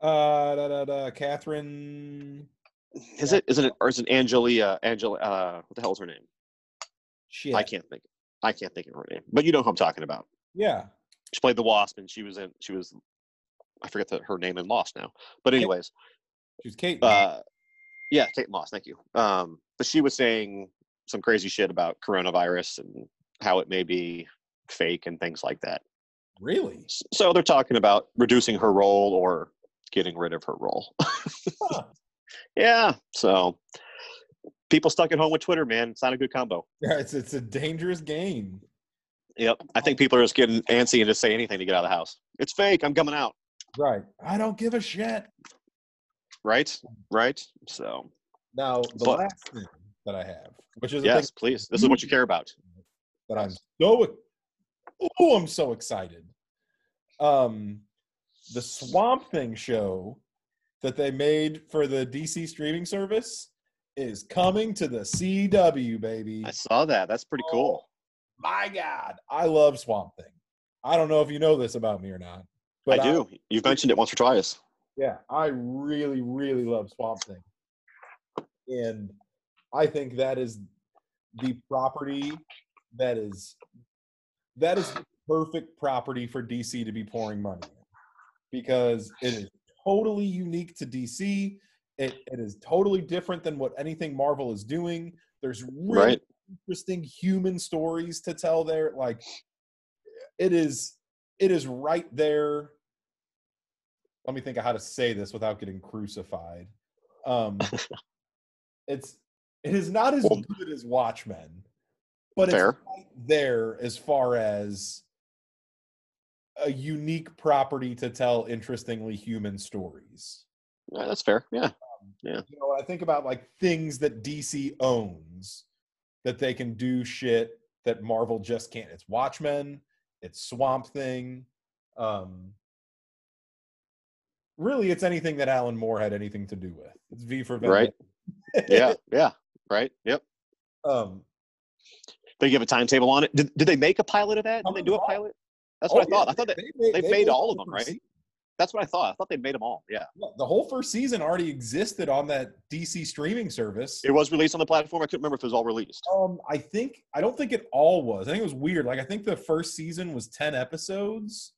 [SPEAKER 2] Uh, da, da, da, Catherine.
[SPEAKER 1] Is it isn't it or is it Angelia Angela uh, what the hell is her name?
[SPEAKER 2] Shit.
[SPEAKER 1] I can't think. I can't think of her name. But you know who I'm talking about.
[SPEAKER 2] Yeah.
[SPEAKER 1] She played the Wasp, and she was in. She was. I forget the, her name in Lost now. But anyways,
[SPEAKER 2] She was Kate.
[SPEAKER 1] uh, yeah, Kate Moss. Thank you. Um, but she was saying some crazy shit about coronavirus and how it may be fake and things like that.
[SPEAKER 2] really?
[SPEAKER 1] S- So they're talking about reducing her role or getting rid of her role.
[SPEAKER 2] Huh.
[SPEAKER 1] yeah. So people stuck at home with Twitter, man. It's not a good combo.
[SPEAKER 2] Yeah, it's it's a dangerous game.
[SPEAKER 1] Yep. I think people are just getting antsy and just say anything to get out of the house. It's fake. I'm coming out.
[SPEAKER 2] Right. I don't give a shit.
[SPEAKER 1] Right. Right. So
[SPEAKER 2] Now the
[SPEAKER 1] But-
[SPEAKER 2] last thing that I have, which is a thing
[SPEAKER 1] yes, please. This is what you care about.
[SPEAKER 2] that I'm so oh I'm so excited. Um, the Swamp Thing show that they made for the DC streaming service is coming to the CW, baby.
[SPEAKER 1] I saw that. That's pretty
[SPEAKER 2] Oh,
[SPEAKER 1] cool.
[SPEAKER 2] My God, I love Swamp Thing. I don't know if you know this about me or not,
[SPEAKER 1] I
[SPEAKER 2] but
[SPEAKER 1] do. You've mentioned it once or twice.
[SPEAKER 2] yeah, I really, really love Swamp Thing. And I think that is the property that is that is the perfect property for DC to be pouring money in. Because it is totally unique to DC. It, it is totally different than what anything Marvel is doing. There's really
[SPEAKER 1] Right.
[SPEAKER 2] interesting human stories to tell there. Like it is it is right there let me think of how to say this without getting crucified. Um, it's it is not as
[SPEAKER 1] Well-
[SPEAKER 2] good as Watchmen, but
[SPEAKER 1] Fair.
[SPEAKER 2] it's right there as far as a unique property to tell interestingly human stories.
[SPEAKER 1] Yeah, that's fair. Yeah.
[SPEAKER 2] You know, when I think about like things that DC owns that they can do shit that Marvel just can't. It's Watchmen, it's Swamp Thing. Um, really, it's anything that Alan Moore had anything to do with. It's V for Vendetta.
[SPEAKER 1] Yeah. yeah. Right. Yep.
[SPEAKER 2] um,
[SPEAKER 1] They give a timetable on it. Did, did they make a pilot of that? Did they do a pilot? That's what I
[SPEAKER 2] Uh, oh, yeah,
[SPEAKER 1] thought. I thought that
[SPEAKER 2] made,
[SPEAKER 1] they made all of
[SPEAKER 2] the
[SPEAKER 1] them,
[SPEAKER 2] first
[SPEAKER 1] right?
[SPEAKER 2] season.
[SPEAKER 1] that's what I thought. I thought they'd made them all. Yeah.
[SPEAKER 2] Yeah, the whole first season already existed on that DC streaming service.
[SPEAKER 1] It was released on the platform. I couldn't remember if it was all released.
[SPEAKER 2] Um, I think I don't think it all was. I think it was weird. Like I think the first season was ten episodes,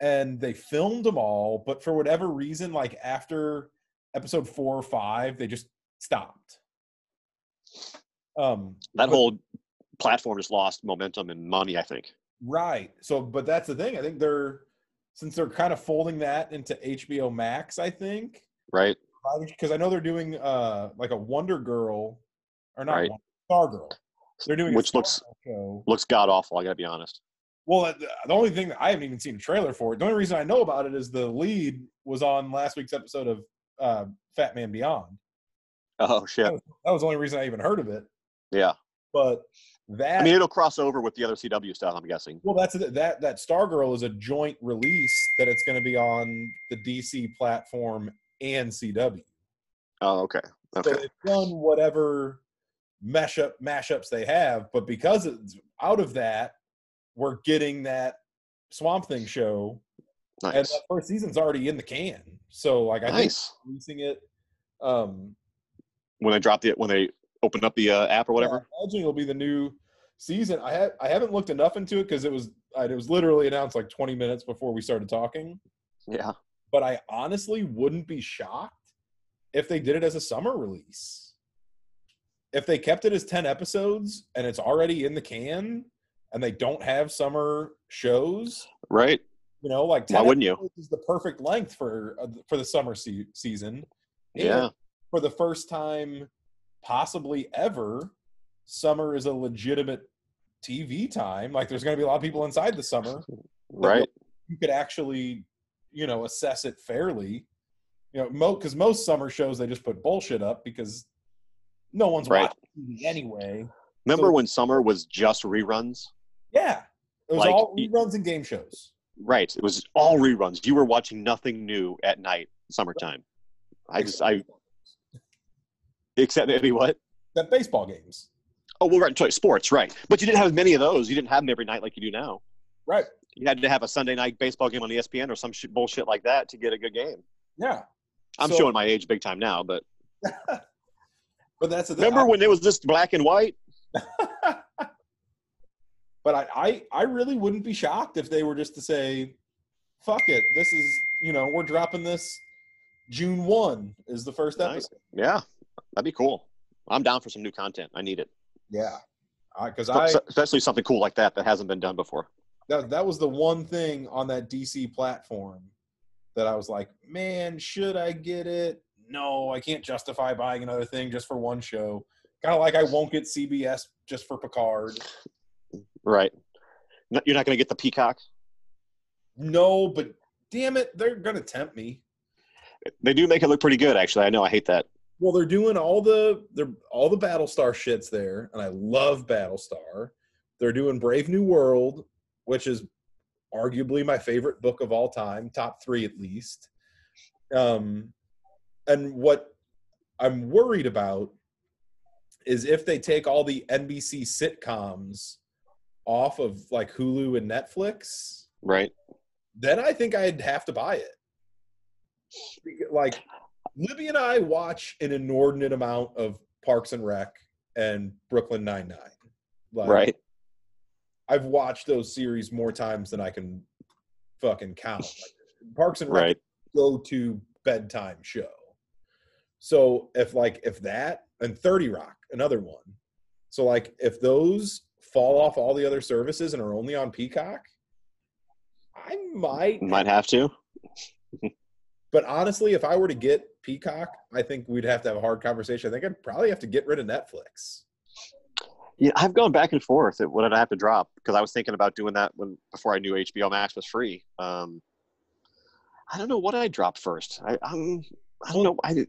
[SPEAKER 2] and they filmed them all. But for whatever reason, like after episode four or five, they just stopped. Um,
[SPEAKER 1] That
[SPEAKER 2] but-
[SPEAKER 1] whole platform just lost momentum and money, I think.
[SPEAKER 2] right. So, but that's the thing. I think they're since they're kind of folding that into HBO Max. I think
[SPEAKER 1] Right.
[SPEAKER 2] because I know they're doing uh like a Wonder Girl, or not
[SPEAKER 1] Right.
[SPEAKER 2] Wonder, Star Girl. They're doing a
[SPEAKER 1] Which
[SPEAKER 2] Star
[SPEAKER 1] looks-
[SPEAKER 2] Girl show.
[SPEAKER 1] Looks god awful. I got to be honest.
[SPEAKER 2] Well, uh, the the only thing that I haven't even seen a trailer for it. The only reason I know about it is the lead was on last week's episode of uh, Fat Man Beyond.
[SPEAKER 1] Oh, shit.
[SPEAKER 2] That was the only reason I even heard of it.
[SPEAKER 1] Yeah.
[SPEAKER 2] But that
[SPEAKER 1] I mean, it'll cross over with the other CW stuff, I'm guessing.
[SPEAKER 2] well, that's it. that that Stargirl is a joint release that it's going to be on the DC platform and CW.
[SPEAKER 1] Oh, okay.
[SPEAKER 2] So
[SPEAKER 1] Okay.
[SPEAKER 2] they've done whatever mash up mashups they have, but because it's out of that, we're getting that Swamp Thing show and
[SPEAKER 1] Nice.
[SPEAKER 2] that first season's already in the can. So like I think
[SPEAKER 1] Nice.
[SPEAKER 2] releasing it, um,
[SPEAKER 1] When they dropped it, when they opened up the uh, app or whatever.
[SPEAKER 2] yeah, I imagine it'll be the new season. I ha- I haven't looked enough into it because it was I- it was literally announced like 20 minutes before we started talking.
[SPEAKER 1] Yeah.
[SPEAKER 2] But I honestly wouldn't be shocked if they did it as a summer release. If they kept it as 10 episodes and it's already in the can, and they don't have summer shows,
[SPEAKER 1] Right.
[SPEAKER 2] you know, like 10
[SPEAKER 1] Why wouldn't you?
[SPEAKER 2] episodes is the perfect length for uh, for the summer se- season. And
[SPEAKER 1] Yeah.
[SPEAKER 2] for the first time possibly ever summer is a legitimate tv time like there's going to be a lot of people inside the summer
[SPEAKER 1] Right.
[SPEAKER 2] you could actually, you know, assess it fairly. You know, mo because most summer shows they just put bullshit up because no one's
[SPEAKER 1] Right.
[SPEAKER 2] watching TV anyway.
[SPEAKER 1] Remember
[SPEAKER 2] So-
[SPEAKER 1] when summer was just reruns?
[SPEAKER 2] Yeah, it was
[SPEAKER 1] Like,
[SPEAKER 2] all
[SPEAKER 1] y-
[SPEAKER 2] reruns and game shows.
[SPEAKER 1] Right. It was all reruns. You were watching nothing new at night, summertime. I just, I, except maybe what?
[SPEAKER 2] that baseball games,
[SPEAKER 1] Oh, well, right. sorry, Sports, right. But you didn't have many of those. You didn't have them every night like you do now.
[SPEAKER 2] right?
[SPEAKER 1] You had to have a Sunday night baseball game on E ESPN or some shit, bullshit like that to get a good game.
[SPEAKER 2] Yeah,
[SPEAKER 1] I'm
[SPEAKER 2] So-
[SPEAKER 1] showing my age big time now, but
[SPEAKER 2] but that's the thing.
[SPEAKER 1] remember when it was just black and white?
[SPEAKER 2] but I, I I really wouldn't be shocked if they were just to say, "Fuck it, this is you know we're dropping this June one is the first
[SPEAKER 1] Nice.
[SPEAKER 2] episode."
[SPEAKER 1] Yeah, that'd be cool. I'm down for some new content. I need it,
[SPEAKER 2] Yeah, because I,
[SPEAKER 1] S- especially something cool like that that hasn't been done before.
[SPEAKER 2] that that was the one thing on that DC platform that I was like, man, should I get it? No, I can't justify buying another thing just for one show. Kind of like I won't get CBS just for Picard.
[SPEAKER 1] Right. N- You're not going to get the peacock.
[SPEAKER 2] No, but damn it, they're gonna tempt me.
[SPEAKER 1] They do make it look pretty good, actually. I know. I hate that.
[SPEAKER 2] Well, they're doing all the they're all the Battlestar shits there, and I love Battlestar. They're doing Brave New World, which is arguably my favorite book of all time, top three at least. Um, and what I'm worried about is if they take all the NBC sitcoms off of like Hulu and Netflix,
[SPEAKER 1] Right.
[SPEAKER 2] then I think I'd have to buy it. Beca- Like Libby and I watch an inordinate amount of Parks and Rec and Brooklyn Nine Nine. Like,
[SPEAKER 1] Right.
[SPEAKER 2] I've watched those series more times than I can fucking count. Like, Parks and Rec
[SPEAKER 1] Right.
[SPEAKER 2] go to bedtime show. So if like if that and 30 Rock, another one. So like if those fall off all the other services and are only on Peacock, I might,
[SPEAKER 1] Might have to.
[SPEAKER 2] but honestly, if I were to get Peacock, I think we'd have to have a hard conversation. I think I'd probably have to get rid of Netflix.
[SPEAKER 1] Yeah, I've gone back and forth. At what did I have to drop? Because I was thinking about doing that when before I knew HBO Max was free. Um, I don't know what I dropped first. I I'm, I don't know. I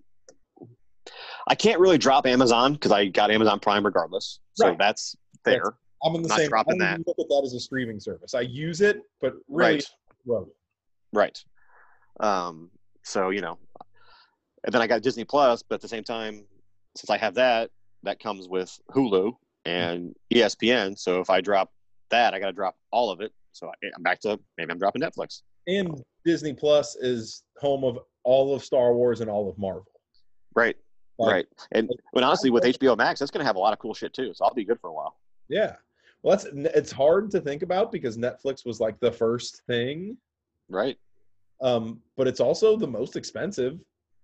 [SPEAKER 1] I can't really drop Amazon because I got Amazon Prime regardless. So
[SPEAKER 2] Right.
[SPEAKER 1] that's there.
[SPEAKER 2] I'm in the
[SPEAKER 1] Not
[SPEAKER 2] same.
[SPEAKER 1] dropping that.
[SPEAKER 2] I don't even look at that as a streaming service. I use it, but really,
[SPEAKER 1] Right.
[SPEAKER 2] well,
[SPEAKER 1] Right. Um, so you know, and then I got Disney Plus, but at the same time, since I have that, that comes with Hulu and E ESPN. So if I drop that, I got to drop all of it. So I, I'm back to maybe I'm dropping Netflix.
[SPEAKER 2] and Disney Plus is home of all of Star Wars and all of Marvel.
[SPEAKER 1] Right.
[SPEAKER 2] Like,
[SPEAKER 1] right. And but honestly, with HBO Max, that's going to have a lot of cool shit too. So I'll be good for a while.
[SPEAKER 2] Yeah. Well, that's it's hard to think about because Netflix was like the first thing,
[SPEAKER 1] Right.
[SPEAKER 2] um, but it's also the most expensive.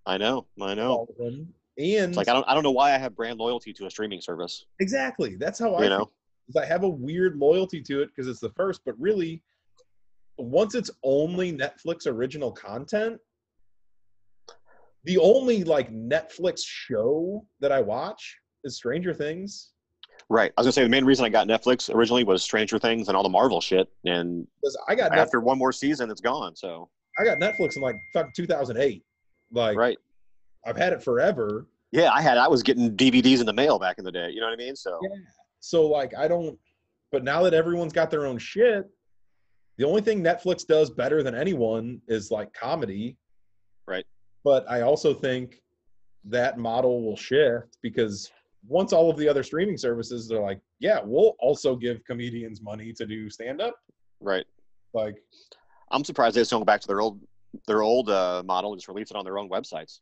[SPEAKER 1] I know. I
[SPEAKER 2] of
[SPEAKER 1] know.
[SPEAKER 2] all of them. And
[SPEAKER 1] Oh. It's like I don't. I don't know why I have brand loyalty to a streaming service.
[SPEAKER 2] exactly, that's how I
[SPEAKER 1] You know.
[SPEAKER 2] feel, is I have a weird loyalty to it because it's the first. But really, once it's only Netflix original content, the only like Netflix show that I watch is Stranger Things.
[SPEAKER 1] Right. I was gonna say the main reason I got Netflix originally was Stranger Things and all the Marvel shit, and
[SPEAKER 2] Because I got Netflix,
[SPEAKER 1] after one more season, it's gone. So
[SPEAKER 2] I got Netflix in like fucking 2008. Like
[SPEAKER 1] right,
[SPEAKER 2] I've had it forever.
[SPEAKER 1] yeah, I had I was getting DVDs in the mail back in the day. You know what I mean? So
[SPEAKER 2] Yeah. So like I don't but now that everyone's got their own shit, the only thing Netflix does better than anyone is like comedy.
[SPEAKER 1] Right.
[SPEAKER 2] But I also think that model will shift because once all of the other streaming services are like, yeah, we'll also give comedians money to do stand up.
[SPEAKER 1] right,
[SPEAKER 2] Like
[SPEAKER 1] I'm surprised they just don't go back to their old their old uh, model and just release it on their own websites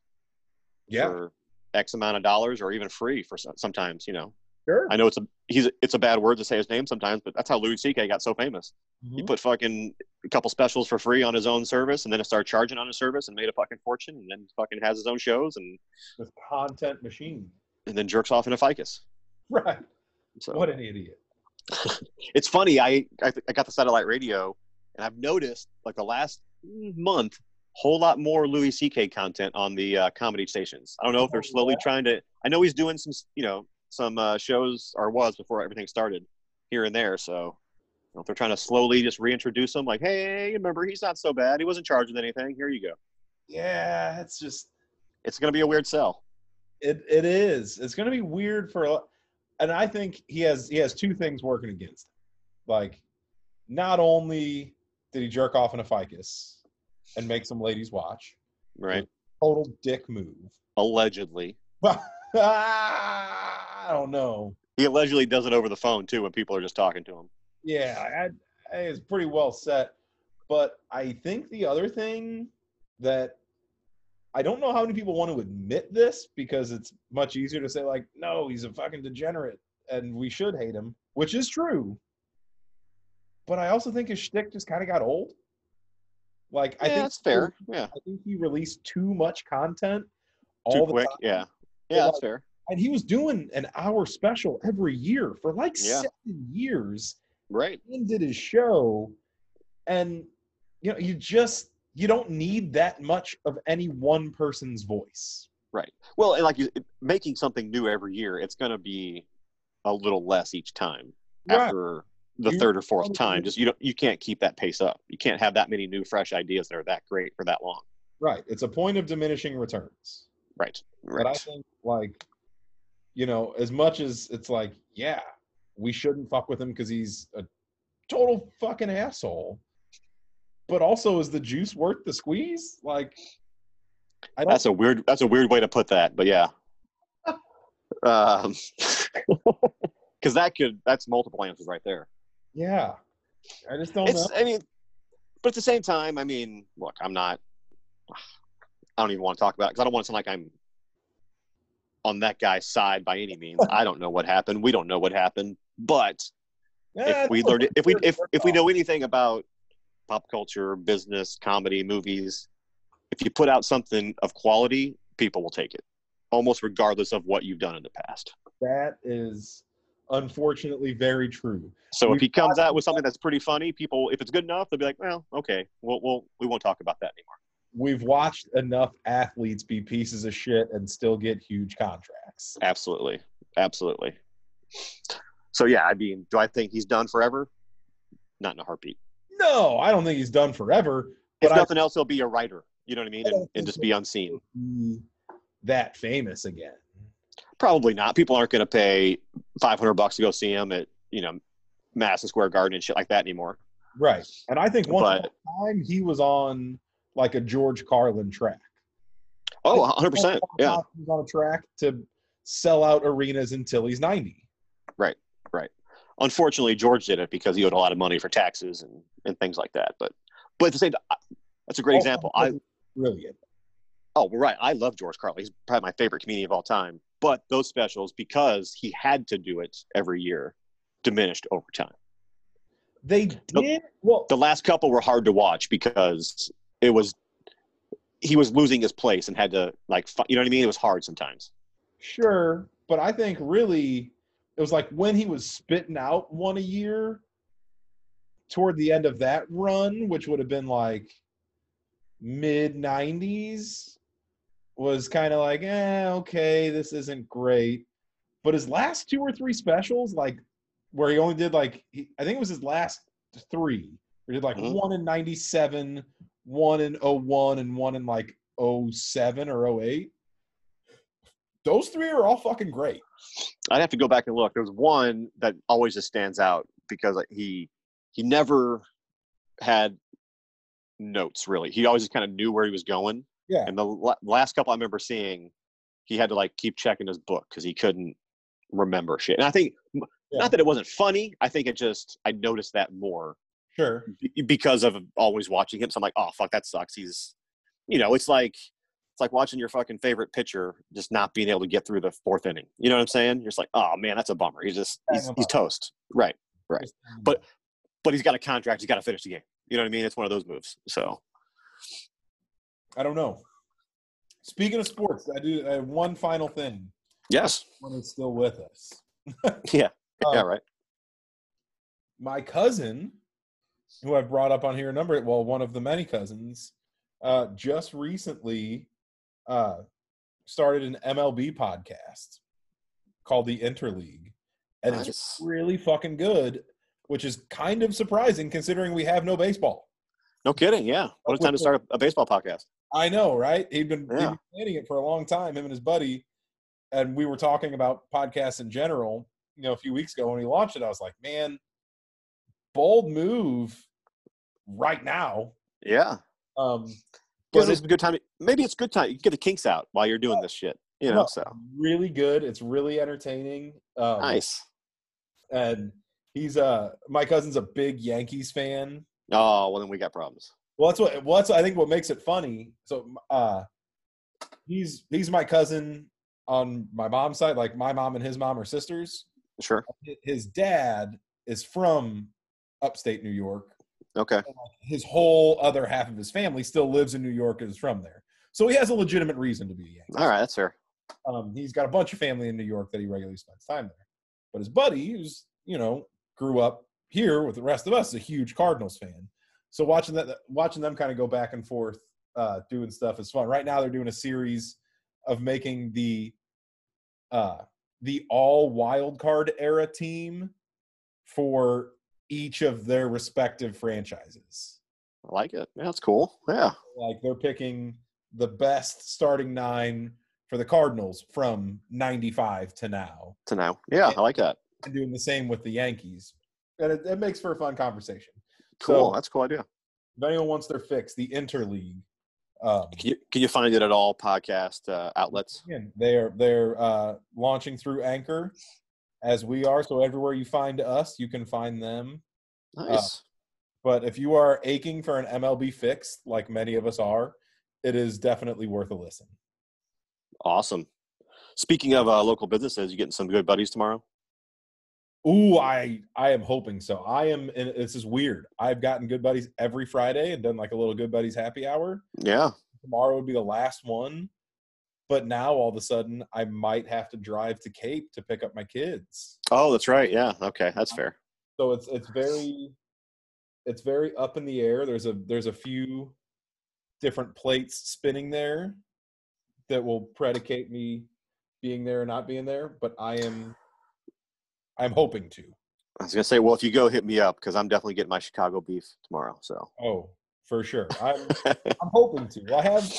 [SPEAKER 2] yeah,
[SPEAKER 1] for X amount of dollars or even free for some- sometimes. You know,
[SPEAKER 2] sure.
[SPEAKER 1] I know it's a he's it's a bad word to say his name sometimes, but that's how Louis C.K. got so famous. He
[SPEAKER 2] Mhm.
[SPEAKER 1] put fucking a couple specials for free on his own service, and then started charging on his service and made a fucking fortune, and then fucking has his own shows and
[SPEAKER 2] This content machine.
[SPEAKER 1] and then jerks off in a ficus.
[SPEAKER 2] Right.
[SPEAKER 1] So.
[SPEAKER 2] What an idiot.
[SPEAKER 1] it's funny. I I, th- I got the satellite radio, and I've noticed like the last month, whole lot more Louis C.K. content on the uh, comedy stations. I don't know if
[SPEAKER 2] Oh,
[SPEAKER 1] they're slowly trying to. I know he's doing some, you know, some uh, shows or was before everything started here and there. So know, if they're trying to slowly just reintroduce him, like, hey, remember he's not so bad. He wasn't charged with anything. Here you go.
[SPEAKER 2] Yeah, it's just
[SPEAKER 1] It's going to be a weird sell.
[SPEAKER 2] it. It is. It's going to be weird for, a lo- and I think he has he has two things working against. Him. Like, not only did he jerk off in a ficus and make some ladies watch,
[SPEAKER 1] Right.
[SPEAKER 2] total dick move.
[SPEAKER 1] Allegedly.
[SPEAKER 2] I don't know.
[SPEAKER 1] He allegedly does it over the phone too when people are just talking to him.
[SPEAKER 2] Yeah, I, I, it's pretty well set. But I think the other thing that I don't know how many people want to admit this because it's much easier to say like, no, he's a fucking degenerate and we should hate him, which is true. But I also think his shtick just kind of got old. Like I
[SPEAKER 1] yeah,
[SPEAKER 2] think
[SPEAKER 1] that's fair. Yeah.
[SPEAKER 2] I think he released too much content all
[SPEAKER 1] Too
[SPEAKER 2] the
[SPEAKER 1] quick.
[SPEAKER 2] time.
[SPEAKER 1] Yeah.
[SPEAKER 2] It
[SPEAKER 1] Yeah, that's fair.
[SPEAKER 2] And he was doing an hour special every year for like
[SPEAKER 1] Yeah.
[SPEAKER 2] seven years
[SPEAKER 1] Right.
[SPEAKER 2] and did his show and you know you just you don't need that much of any one person's voice
[SPEAKER 1] Well, and like you, making something new every year, it's going to be a little less each time after the
[SPEAKER 2] You-
[SPEAKER 1] third or fourth
[SPEAKER 2] probably-
[SPEAKER 1] time. Just you don't, you can't keep that pace up. You can't have that many new, fresh ideas that are that great for that long.
[SPEAKER 2] right it's a point of diminishing returns
[SPEAKER 1] Right.
[SPEAKER 2] but i
[SPEAKER 1] Right.
[SPEAKER 2] think like you know as much as it's like yeah we shouldn't fuck with him because he's a total fucking asshole but also is the juice worth the squeeze like i don't
[SPEAKER 1] That's a weird. That's a weird way to put that, but yeah. Um, because that could that's multiple answers right there.
[SPEAKER 2] yeah i just don't know
[SPEAKER 1] It's. I mean, but at the same time, I mean, look, I'm not. I don't even want to talk about it because I don't want to sound like I'm on that guy's side by any means. I don't know what happened. We don't know what happened. But
[SPEAKER 2] Yeah,
[SPEAKER 1] if we
[SPEAKER 2] no,
[SPEAKER 1] learned, if we if
[SPEAKER 2] sure.
[SPEAKER 1] if we know anything about pop culture, business, comedy, movies, if you put out something of quality, people will take it, almost regardless of what you've done in the past.
[SPEAKER 2] That is unfortunately very true.
[SPEAKER 1] So if
[SPEAKER 2] We've
[SPEAKER 1] he comes out with something that's pretty funny, people, if it's good enough, they'll be like, well, okay, we'll, we'll we won't talk about that anymore.
[SPEAKER 2] We've watched enough athletes be pieces of shit and still get huge contracts.
[SPEAKER 1] Absolutely. Absolutely. So yeah, I mean, do I think he's done forever? Not in a heartbeat.
[SPEAKER 2] No, I don't think he's done forever,
[SPEAKER 1] If
[SPEAKER 2] but I
[SPEAKER 1] nothing else, he'll be a writer. You know what I mean?
[SPEAKER 2] I don't
[SPEAKER 1] And, and
[SPEAKER 2] think
[SPEAKER 1] just
[SPEAKER 2] so.
[SPEAKER 1] be unseen.
[SPEAKER 2] be that famous again.
[SPEAKER 1] Probably not. People aren't going to pay 500 bucks to go see him at, you know, Madison Square Garden and shit like that anymore.
[SPEAKER 2] Right. And I think once
[SPEAKER 1] But-
[SPEAKER 2] upon a time he was on like a George Carlin track.
[SPEAKER 1] Oh, 100%. Yeah.
[SPEAKER 2] He was on a track to sell out arenas until he's 90.
[SPEAKER 1] Unfortunately, George did it because he owed a lot of money for taxes and, and things like that. But, but at the same time, that's a
[SPEAKER 2] Oh,
[SPEAKER 1] great example. I,
[SPEAKER 2] Brilliant.
[SPEAKER 1] Oh, well, right. I love George Carlin. He's probably my favorite comedian of all time. But those specials, because he had to do it every year, diminished over time.
[SPEAKER 2] They did. Well,
[SPEAKER 1] The last couple were hard to watch because it was he was losing his place and had to like fi- you know what I mean. It was hard sometimes.
[SPEAKER 2] Sure, but I think really it was like when he was spitting out one a year toward the end of that run, which would have been like mid 90s, was kind of like, eh, okay, this isn't great. But his last two or three specials, like where he only did like, he, I think it was his last three, where he did like
[SPEAKER 1] Mhm.
[SPEAKER 2] one in 97, one in 01, and one in like 07 or 08 those three are all fucking great.
[SPEAKER 1] I'd have to go back and look. There was one that always just stands out because like, he he never had notes really. He always just kind of knew where he was going.
[SPEAKER 2] Yeah.
[SPEAKER 1] And the la- last couple I remember seeing, he had to like keep checking his book because he couldn't remember shit. And I think m
[SPEAKER 2] Yeah.
[SPEAKER 1] not that it wasn't funny. I think it just I noticed that more
[SPEAKER 2] Sure.
[SPEAKER 1] be- because of always watching him. So I'm like, oh fuck, that sucks. He's, you know, it's like it's like watching your fucking favorite pitcher just not being able to get through the fourth inning. You know what I'm saying? You're just like, oh man, that's a bummer. He's just
[SPEAKER 2] Yeah,
[SPEAKER 1] he's,
[SPEAKER 2] no
[SPEAKER 1] he's toast, right? Right.
[SPEAKER 2] But
[SPEAKER 1] But- But he's got a contract. He's got to finish the game. You know what I mean? It's one of those moves. So
[SPEAKER 2] I don't know. Speaking of sports, I do I have one final thing
[SPEAKER 1] yes,
[SPEAKER 2] when it's still with us.
[SPEAKER 1] yeah,
[SPEAKER 2] Um,
[SPEAKER 1] yeah, right.
[SPEAKER 2] My cousin, who I've brought up on here a number, well, one of the many cousins, uh, just recently uh, started an MLB podcast called The Interleague. And it's
[SPEAKER 1] Nice.
[SPEAKER 2] really fucking good. which is kind of surprising considering we have no baseball.
[SPEAKER 1] No kidding. Yeah. What a time to start a, a baseball podcast.
[SPEAKER 2] I know, right? He'd been, he'd
[SPEAKER 1] Yeah.
[SPEAKER 2] been planning it for a long time, him and his buddy. And we were talking about podcasts in general, you know, a few weeks ago when he launched it. I was like, man, bold move right now.
[SPEAKER 1] Yeah.
[SPEAKER 2] Um,
[SPEAKER 1] Because
[SPEAKER 2] but
[SPEAKER 1] it's a good time. to- maybe it's a good time. You can get the kinks out while you're doing this shit. You know,
[SPEAKER 2] Well,
[SPEAKER 1] so
[SPEAKER 2] really good. It's really entertaining. Um,
[SPEAKER 1] nice.
[SPEAKER 2] And he's uh my cousin's a big Yankees fan.
[SPEAKER 1] Oh, well, then we got problems.
[SPEAKER 2] Well, that's what. Well, that's I think what makes it funny. So, uh, he's he's my cousin on my mom's side. Like my mom and his mom are sisters.
[SPEAKER 1] Sure.
[SPEAKER 2] His dad is from upstate New York.
[SPEAKER 1] Okay.
[SPEAKER 2] His whole other half of his family still lives in New York and is from there. So he has a legitimate reason to be a Yankee.
[SPEAKER 1] All right. That's fair.
[SPEAKER 2] Um, he's got a bunch of family in New York that he regularly spends time there. But his buddy, who's you know grew up here with the rest of us, is a huge Cardinals fan. So watching that, watching them kind of go back and forth, uh, doing stuff is fun. Right now, they're doing a series of making the uh, the all wild card era team for each of their respective franchises
[SPEAKER 1] I like it. Yeah, that's cool. Yeah.
[SPEAKER 2] like they're picking the best starting nine for the Cardinals from 95 to now
[SPEAKER 1] To now. Yeah. I like that.
[SPEAKER 2] and doing the same with the Yankees. And it, it makes for a fun conversation.
[SPEAKER 1] Cool.
[SPEAKER 2] So-
[SPEAKER 1] that's a cool idea.
[SPEAKER 2] If anyone wants their fix, the interleague. Um,
[SPEAKER 1] Can you, can you find it at all podcast uh, outlets?
[SPEAKER 2] again, they're they're uh, launching through Anchor as we are. So everywhere you find us, you can find them.
[SPEAKER 1] Nice.
[SPEAKER 2] But if you are aching for an MLB fix, like many of us are, it is definitely worth a listen.
[SPEAKER 1] Uh, awesome. Speaking of uh, local businesses, you getting some good buddies tomorrow?
[SPEAKER 2] Ooh, I I am hoping so. I am, and this is weird. I've gotten Good Buddies every Friday and done like a little Good Buddies happy hour.
[SPEAKER 1] Yeah.
[SPEAKER 2] Tomorrow would be the last one, but now all of a sudden I might have to drive to Cape to pick up my kids.
[SPEAKER 1] Oh, that's right. Yeah. Okay. That's fair.
[SPEAKER 2] So it's it's very it's very up in the air. There's a there's a few different plates spinning there that will predicate me being there or not being there. But I am I'm hoping to.
[SPEAKER 1] I was gonna say, well, if you go, hit me up because I'm definitely getting my Chicago beef tomorrow. So
[SPEAKER 2] Oh, for sure. I'm I'm hoping to. I have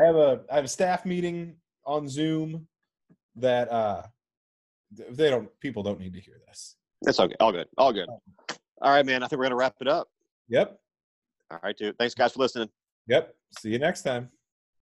[SPEAKER 2] I have a I have a staff meeting on Zoom that uh th- they don't people don't need to hear this.
[SPEAKER 1] it's okay. All good. All good. All right, man. I think we're gonna wrap it up.
[SPEAKER 2] Yep.
[SPEAKER 1] All right, dude. Thanks, guys, for listening.
[SPEAKER 2] Yep. See you next time.